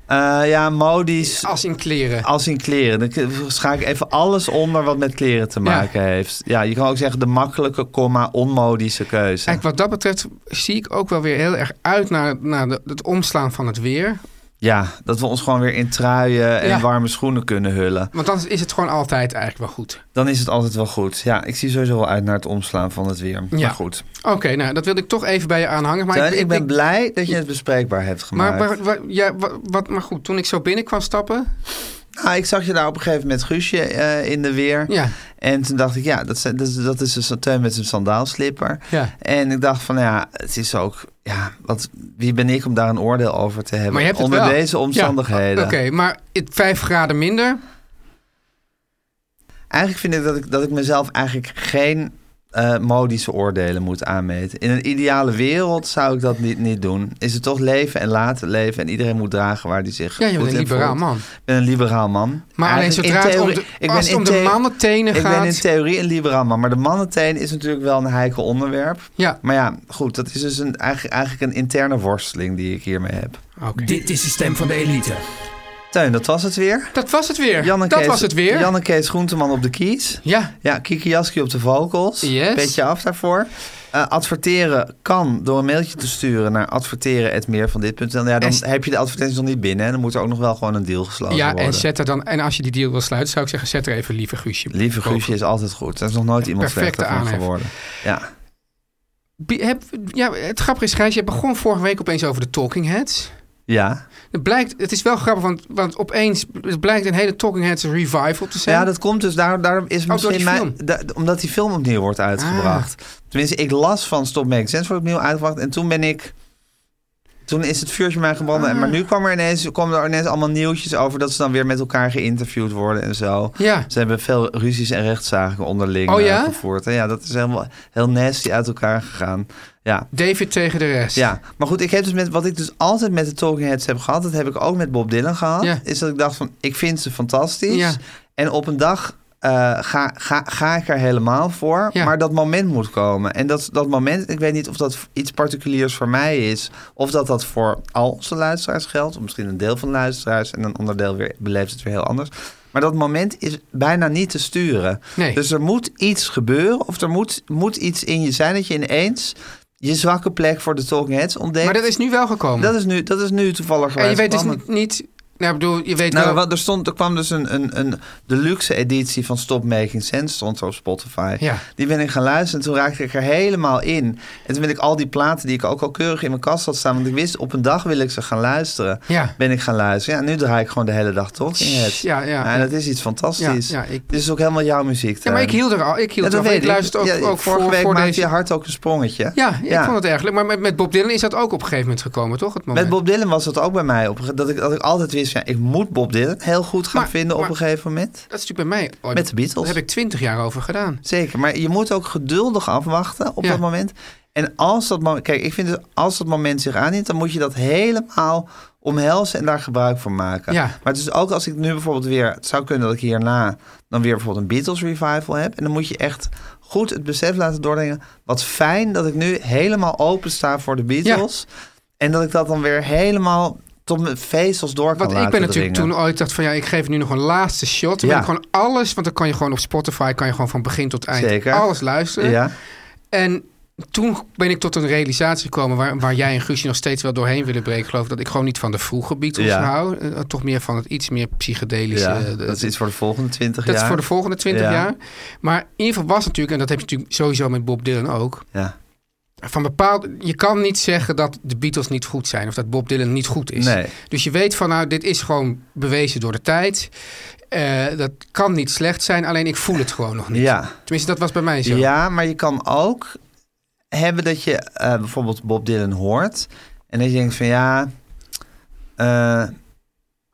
B: Eh, ja, modisch
C: Als in kleren.
B: als in kleren. Dan k- schaak ik even alles onder wat met kleren te maken heeft. Ja, je kan ook zeggen de makkelijke, komma, onmodische keuze.
C: Kijk, wat dat betreft zie ik ook wel weer heel erg uit naar, naar de- het omslaan van het weer.
B: Ja, dat we ons gewoon weer in truien en
C: Ja.
B: warme schoenen kunnen hullen.
C: Want dan is het gewoon altijd eigenlijk wel goed.
B: Dan is het altijd wel goed. Ja, ik zie sowieso wel uit naar het omslaan van het weer.
C: Ja.
B: Maar goed.
C: Oké, nou, dat wilde ik toch even bij je aanhangen. Maar
B: Tuin, ik, ben
C: ik-
B: blij dat je het bespreekbaar hebt gemaakt.
C: maar, maar, maar- ja, wa- wat, maar goed, toen ik zo binnen kwam stappen.
B: Nou, ik zag je daar op een gegeven moment Guusje eh, in de weer.
C: Ja,
B: En toen dacht ik, ja, dat, zijn- dat, is- dat is een Teun met zijn sandaalslipper.
C: ja.
B: En ik dacht van, nou ja, het is ook... Ja, wat, wie ben ik om daar een oordeel over te hebben?
C: Maar je hebt het
B: Onder
C: wel.
B: deze omstandigheden.
C: Oké, maar het, vijf graden minder.
B: Eigenlijk vind ik dat, ik dat ik mezelf eigenlijk geen eh, modische oordelen moet aanmeten. In een ideale wereld zou ik dat niet, niet doen. Is het toch leven en laten leven en iedereen moet dragen waar die zich
C: Ja, je
B: goed
C: bent een
B: in
C: liberaal
B: voelt.
C: man.
B: Ik ben een liberaal man.
C: Maar alleen
B: Eigenlijk
C: zodra
B: in
C: het om de,
B: theorie- ik ben
C: als het
B: in
C: om de
B: theo-
C: mannentenen
B: Ik ben in
C: gaat...
B: theorie een liberaal man, maar de mannenteen is natuurlijk wel een heikel onderwerp.
C: Ja,
B: Maar ja, goed, dat is dus een, eigenlijk, eigenlijk een interne worsteling die ik hiermee heb.
C: oké.
D: Dit is de stem van de elite.
B: Teun, dat was het weer.
C: Dat was het weer.
B: Jan en
C: dat
B: Kees,
C: was het weer.
B: Jan en Kees Groenteman op de keys.
C: Ja,
B: Ja, Kiki Jaski op de vocals.
C: Yes.
B: Beetje af daarvoor. Eh, adverteren kan door een mailtje te sturen naar adverteren.meervandit.nl. Ja, dan
C: En s-
B: heb je de advertentie nog niet binnen. En dan moet er ook nog wel gewoon een deal gesloten
C: ja
B: worden.
C: en, zet er dan, en als je die deal wil sluiten, zou ik zeggen, zet er even lieve Guusje.
B: Lieve Guusje is altijd goed. Er is nog nooit iemand
C: perfecte
B: slechter van
C: aanhef.
B: geworden. Ja.
C: Bi- Heb, ja, het grappige is, Gijs, je begon vorige week opeens over de Talking Heads.
B: Ja.
C: Het, blijkt, het is wel grappig, want, want opeens blijkt een hele Talking Heads revival te zijn.
B: ja, dat komt dus. Daar, daarom is
C: Oh, door
B: misschien
C: die
B: mijn,
C: film. Ah.
B: da- omdat die film opnieuw wordt uitgebracht. Tenminste, ik las van Stop Making Sense wordt opnieuw uitgebracht. En toen ben ik... Toen is het vuurtje mij gebranden.
C: Ah.
B: Maar nu kwam er ineens, kwamen er ineens allemaal nieuwtjes over... dat ze dan weer met elkaar geïnterviewd worden en zo.
C: Ja.
B: Ze hebben veel ruzies en rechtszaken onderling
C: Oh
B: eh,
C: ja?
B: gevoerd. En ja, dat is helemaal heel nasty uit elkaar gegaan. Ja.
C: David tegen de rest.
B: Ja, maar goed, ik heb dus met, wat ik dus altijd met de Talking Heads heb gehad... dat heb ik ook met Bob Dylan gehad...
C: Ja.
B: is dat ik dacht van, ik vind ze fantastisch.
C: Ja.
B: En op een dag eh, ga, ga, ga ik er helemaal voor.
C: Ja.
B: Maar dat moment moet komen. En dat, dat moment, ik weet niet of dat iets particuliers voor mij is... of dat dat voor al onze luisteraars geldt... of misschien een deel van de luisteraars... en een ander deel weer, beleeft het weer heel anders... Maar dat moment is bijna niet te sturen.
C: Nee.
B: Dus er moet iets gebeuren of er moet, moet iets in je zijn dat je ineens je zwakke plek voor de Talking Heads ontdekt.
C: Maar dat is nu wel gekomen.
B: Dat is nu, dat is nu toevallig
C: en je weet dus
B: gekomen.
C: niet... niet nou, ik bedoel, je weet
B: Nou,
C: wel...
B: wat, er, stond, er kwam dus een, een, een deluxe editie van Stop Making Sense, stond er op Spotify.
C: Ja.
B: Die ben ik gaan luisteren en toen raakte ik er helemaal in. En toen ben ik al die platen die ik ook al keurig in mijn kast had staan, want ik wist op een dag wil ik ze gaan luisteren,
C: Ja.
B: ben ik gaan luisteren. Ja, nu draai ik gewoon de hele dag Talking Heads.
C: Ja, ja.
B: En dat is iets fantastisch.
C: Ja, ja, ik-
B: Dit is ook helemaal jouw muziek.
C: Ja, maar ik
B: Teun.
C: hield er al. Ik hield
B: Ehm, Ja,
C: er
B: dat
C: al.
B: weet
C: Ik luister ook,
B: Ja,
C: ook
B: vorige
C: voor,
B: week
C: voor
B: maakte
C: deze...
B: je hart ook een sprongetje.
C: Ja, ik vond het erg leuk. Maar met, met Bob Dylan is dat ook op een gegeven moment gekomen, toch? Het moment.
B: Met Bob Dylan was dat ook bij mij. Op, een ge- dat, ik, dat ik altijd wist, ja, ik moet Bob Dylan heel goed gaan
C: Maar-
B: vinden op
C: maar-
B: een gegeven moment.
C: Dat is natuurlijk bij mij. ooit-
B: Met de Beatles.
C: Daar heb ik twintig jaar over gedaan.
B: Zeker, maar je moet ook geduldig afwachten op
C: Ja.
B: dat moment. En als dat moment, kijk, ik vind dus als dat moment zich aandient, dan moet je dat helemaal omhelzen en daar gebruik van maken.
C: Ja.
B: Maar het is ook als ik nu bijvoorbeeld weer, het zou kunnen dat ik hierna dan weer bijvoorbeeld een Beatles revival heb. En dan moet je echt goed het besef laten doordringen. Wat fijn dat ik nu helemaal open sta voor de Beatles. En dat ik dat dan weer helemaal tot mijn vezels door kan
C: Want
B: laten
C: ik ben natuurlijk
B: dringen.
C: toen ooit dacht van ja, ik geef nu nog een laatste shot. Dan
B: Ja.
C: ben ik gewoon alles, want dan kan je gewoon op Spotify kan je gewoon van begin tot eind
B: Zeker.
C: alles luisteren.
B: Ja,
C: En toen ben ik tot een realisatie gekomen waar, waar jij en Guusje nog steeds wel doorheen willen breken. Ik geloof dat ik gewoon niet van de vroege Beatles
B: Ja.
C: hou. Eh, toch meer van het iets meer psychedelische.
B: ja,
C: eh, de-
B: dat is iets voor de volgende twintig jaar.
C: dat is voor de volgende twintig
B: Ja.
C: jaar. Maar in ieder geval was natuurlijk, en dat heb je natuurlijk sowieso met Bob Dylan ook.
B: Ja.
C: Van bepaald, je kan niet zeggen dat de Beatles niet goed zijn of dat Bob Dylan niet goed is.
B: Nee.
C: Dus je weet van nou, dit is gewoon bewezen door de tijd. Eh, dat kan niet slecht zijn, alleen ik voel het gewoon nog niet.
B: Ja.
C: Tenminste, dat was bij mij zo.
B: Ja, maar je kan ook hebben dat je eh, bijvoorbeeld Bob Dylan hoort. En dat je denkt van ja, eh,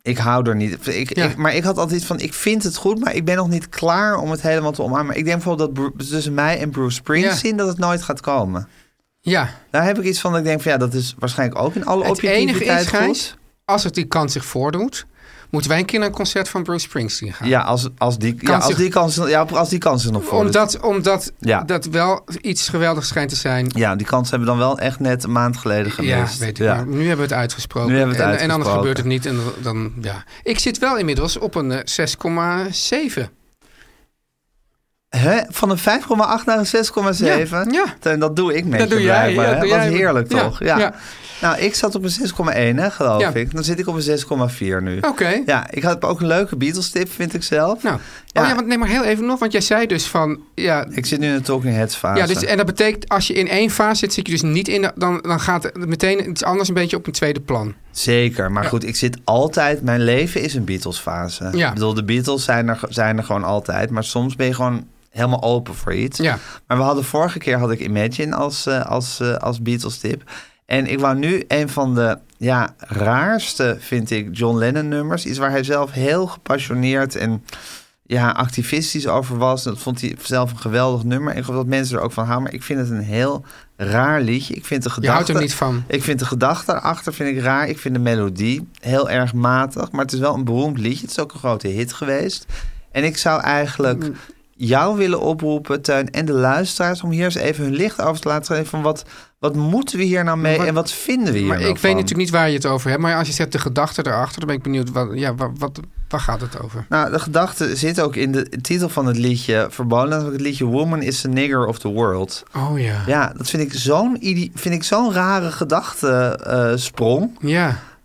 B: ik hou er niet. Ik,
C: Ja.
B: ik- maar ik had altijd iets van, ik vind het goed, maar ik ben nog niet klaar om het helemaal te omarmen. Maar ik denk bijvoorbeeld dat Bru- tussen mij en Bruce Springsteen dat het nooit gaat komen.
C: ja.
B: Daar heb ik iets van dat ik denk van ja, dat is waarschijnlijk ook in alle
C: Het enige is,
B: objectiviteit
C: Gijs,
B: goed.
C: als het die kans zich voordoet, moeten wij een keer naar een concert van Bruce Springsteen gaan.
B: Ja, als, als, die, ja, als,
C: zich-
B: die kans, ja, als die kans er nog voor
C: omdat omdat
B: Ja.
C: dat wel iets geweldigs schijnt te zijn.
B: Ja, die kans hebben we dan wel echt net een maand geleden
C: Ja,
B: gemist.
C: weet ik. Maar nu hebben we het uitgesproken.
B: Nu hebben we het
C: en, en anders
B: uitgesproken.
C: gebeurt het niet. En dan, ja. Ik zit wel inmiddels op een eh, 6,7.
B: Hè? Van een 5,8 naar een 6,7?
C: Ja, ja.
B: Teun, Dat doe ik met
C: Dat
B: je
C: doe jij,
B: blijkbaar,
C: ja,
B: hè?
C: doe
B: Wat
C: jij.
B: heerlijk
C: Ja,
B: toch? Ja.
C: ja.
B: Nou, ik zat op een 6,1 hè, geloof
C: Ja.
B: ik. Dan zit ik op een 6,4 nu.
C: Oké.
B: Ja, ik had ook een leuke Beatles tip, vind ik zelf.
C: Nou,
B: Ja.
C: Oh ja, want nee, maar heel even nog, want jij zei dus van, ja,
B: Ik zit nu in de Talking Heads fase.
C: ja dus, en dat betekent als je in één fase zit, zit je dus niet in, de, dan, dan gaat het meteen iets anders een beetje op een tweede plan.
B: Zeker, maar goed, ik zit altijd... Mijn leven is een Beatles fase.
C: Ja.
B: Ik bedoel, de Beatles zijn er, zijn er gewoon altijd. Maar soms ben je gewoon helemaal open voor iets.
C: Ja.
B: Maar we hadden vorige keer had ik Imagine als, eh, als, eh, als Beatles tip. En ik wou nu een van de ja, raarste, vind ik, John Lennon nummers. Iets waar hij zelf heel gepassioneerd en ja, activistisch over was. Dat vond hij zelf een geweldig nummer. En ik geloof dat mensen er ook van houden. Maar ik vind het een heel raar liedje. Ik vind de gedachte...
C: houdt er niet van.
B: Ik vind de gedachte erachter vind ik raar. Ik vind de melodie heel erg matig. Maar het is wel een beroemd liedje. Het is ook een grote hit geweest. En ik zou eigenlijk
C: Mm.
B: jou willen oproepen, Teun, en de luisteraars... om hier eens even hun licht over te laten schijnen van wat, wat moeten we hier nou mee
C: Maar-
B: en wat vinden we hier
C: Maar ik
B: nou
C: weet
B: van?
C: natuurlijk niet waar je het over hebt, maar als je zegt de gedachte erachter, dan ben ik benieuwd, wat, ja, wat, wat, waar gaat het over?
B: Nou, de gedachte zit ook in de titel van het liedje verboden. Namelijk het liedje Woman is the nigger of the world.
C: Oh ja. Ja.
B: Ja, dat vind ik zo'n, idi- vind ik zo'n rare gedachte eh, sprong.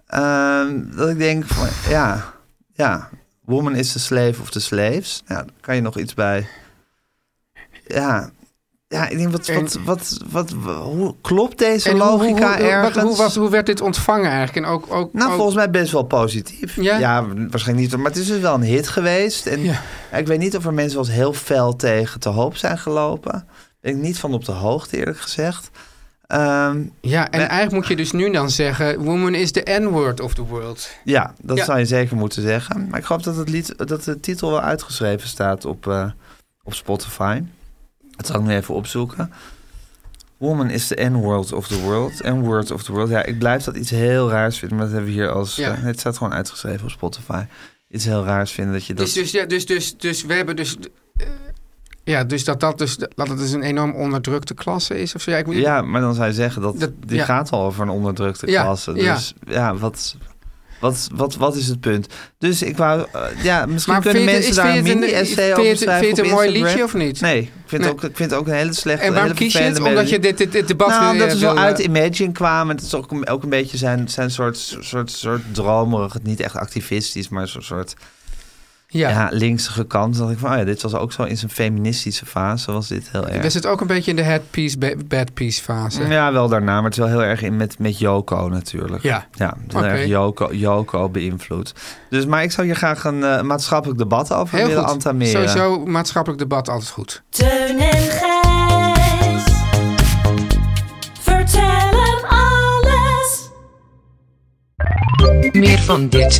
B: Ehm, dat ik denk, van, ja, ja, woman is the slave of the slaves. Ja, daar kan je nog iets bij. Ja, ja ik denk, wat, wat, wat, wat, hoe klopt deze
C: En hoe- hoe,
B: logica
C: hoe, wat-
B: ergens?
C: hoe, was, hoe werd dit ontvangen eigenlijk? En ook, ook,
B: nou,
C: ook-
B: volgens mij best wel positief.
C: Ja?
B: waarschijnlijk niet. Maar het is dus wel een hit geweest. En
C: Ja.
B: ik weet niet of er mensen wel eens heel fel tegen te hoop zijn gelopen. Ben ik niet van op de hoogte, eerlijk gezegd. Ehm,
C: ja, en
B: Nee.
C: eigenlijk moet je dus nu dan zeggen, woman is the N-word of the world.
B: Ja, dat
C: Ja.
B: zou je zeker moeten zeggen. Maar ik geloof dat, het lied, dat de titel wel uitgeschreven staat op, eh, op Spotify. Dat zal ik nu even opzoeken. Woman is the N-word of the world. N-word of the world. Ja, ik blijf dat iets heel raars vinden. Maar dat hebben we hier als...
C: Ja.
B: eh, het staat gewoon uitgeschreven op Spotify. Iets heel raars vinden dat je dat...
C: Dus, dus, ja, dus, dus, dus we hebben dus. eh, ja, dus dat dat, dus dat het dus een enorm onderdrukte klasse is. Of zo. Ja, ik moet,
B: ja, maar dan zou je zeggen dat...
C: Dat-
B: die
C: ja.
B: gaat al over een onderdrukte
C: Ja,
B: klasse.
C: ja.
B: Dus ja, wat... Wat, wat, wat is het punt? Dus ik wou... eh, ja, misschien kunnen
C: maar vind je het-
B: mensen
C: is-
B: daar een
C: vind je het
B: mini-essay
C: vind
B: over
C: je het-
B: schrijven
C: Vind je het
B: op
C: een mooi
B: Instagram.
C: liedje of niet?
B: Nee, ik vind,
C: Nee.
B: ook, ik vind het ook een hele slechte
C: En waarom
B: hele
C: kies je het?
B: vervelende
C: Omdat je
B: melodie.
C: dit, dit, dit debat
B: nou,
C: wil,
B: omdat het
C: wil,
B: zo
C: eh,
B: uit Imagine kwam. En het is ook, een- ook een beetje zijn, zijn soort, soort, soort dromerig. Het Niet echt activistisch, maar zo'n soort
C: Ja.
B: ja. linksige kant. Dan dacht ik van, oh ja, dit was ook zo in zijn feministische fase. Was dit heel
C: We
B: erg.
C: zitten ook een beetje in de headpiece, ba- badpiece fase.
B: Ja, wel daarna. Maar het is wel heel erg in met, met Joko natuurlijk.
C: Ja.
B: Ja, het is heel
C: Oké.
B: erg Joko, Joko beïnvloed. Dus, maar ik zou hier graag een eh, maatschappelijk debat over
C: Heel
B: willen
C: goed.
B: antameren.
C: Sowieso maatschappelijk debat altijd goed.
E: Teun en Gijs. Vertel hem alles.
G: Meer van dit.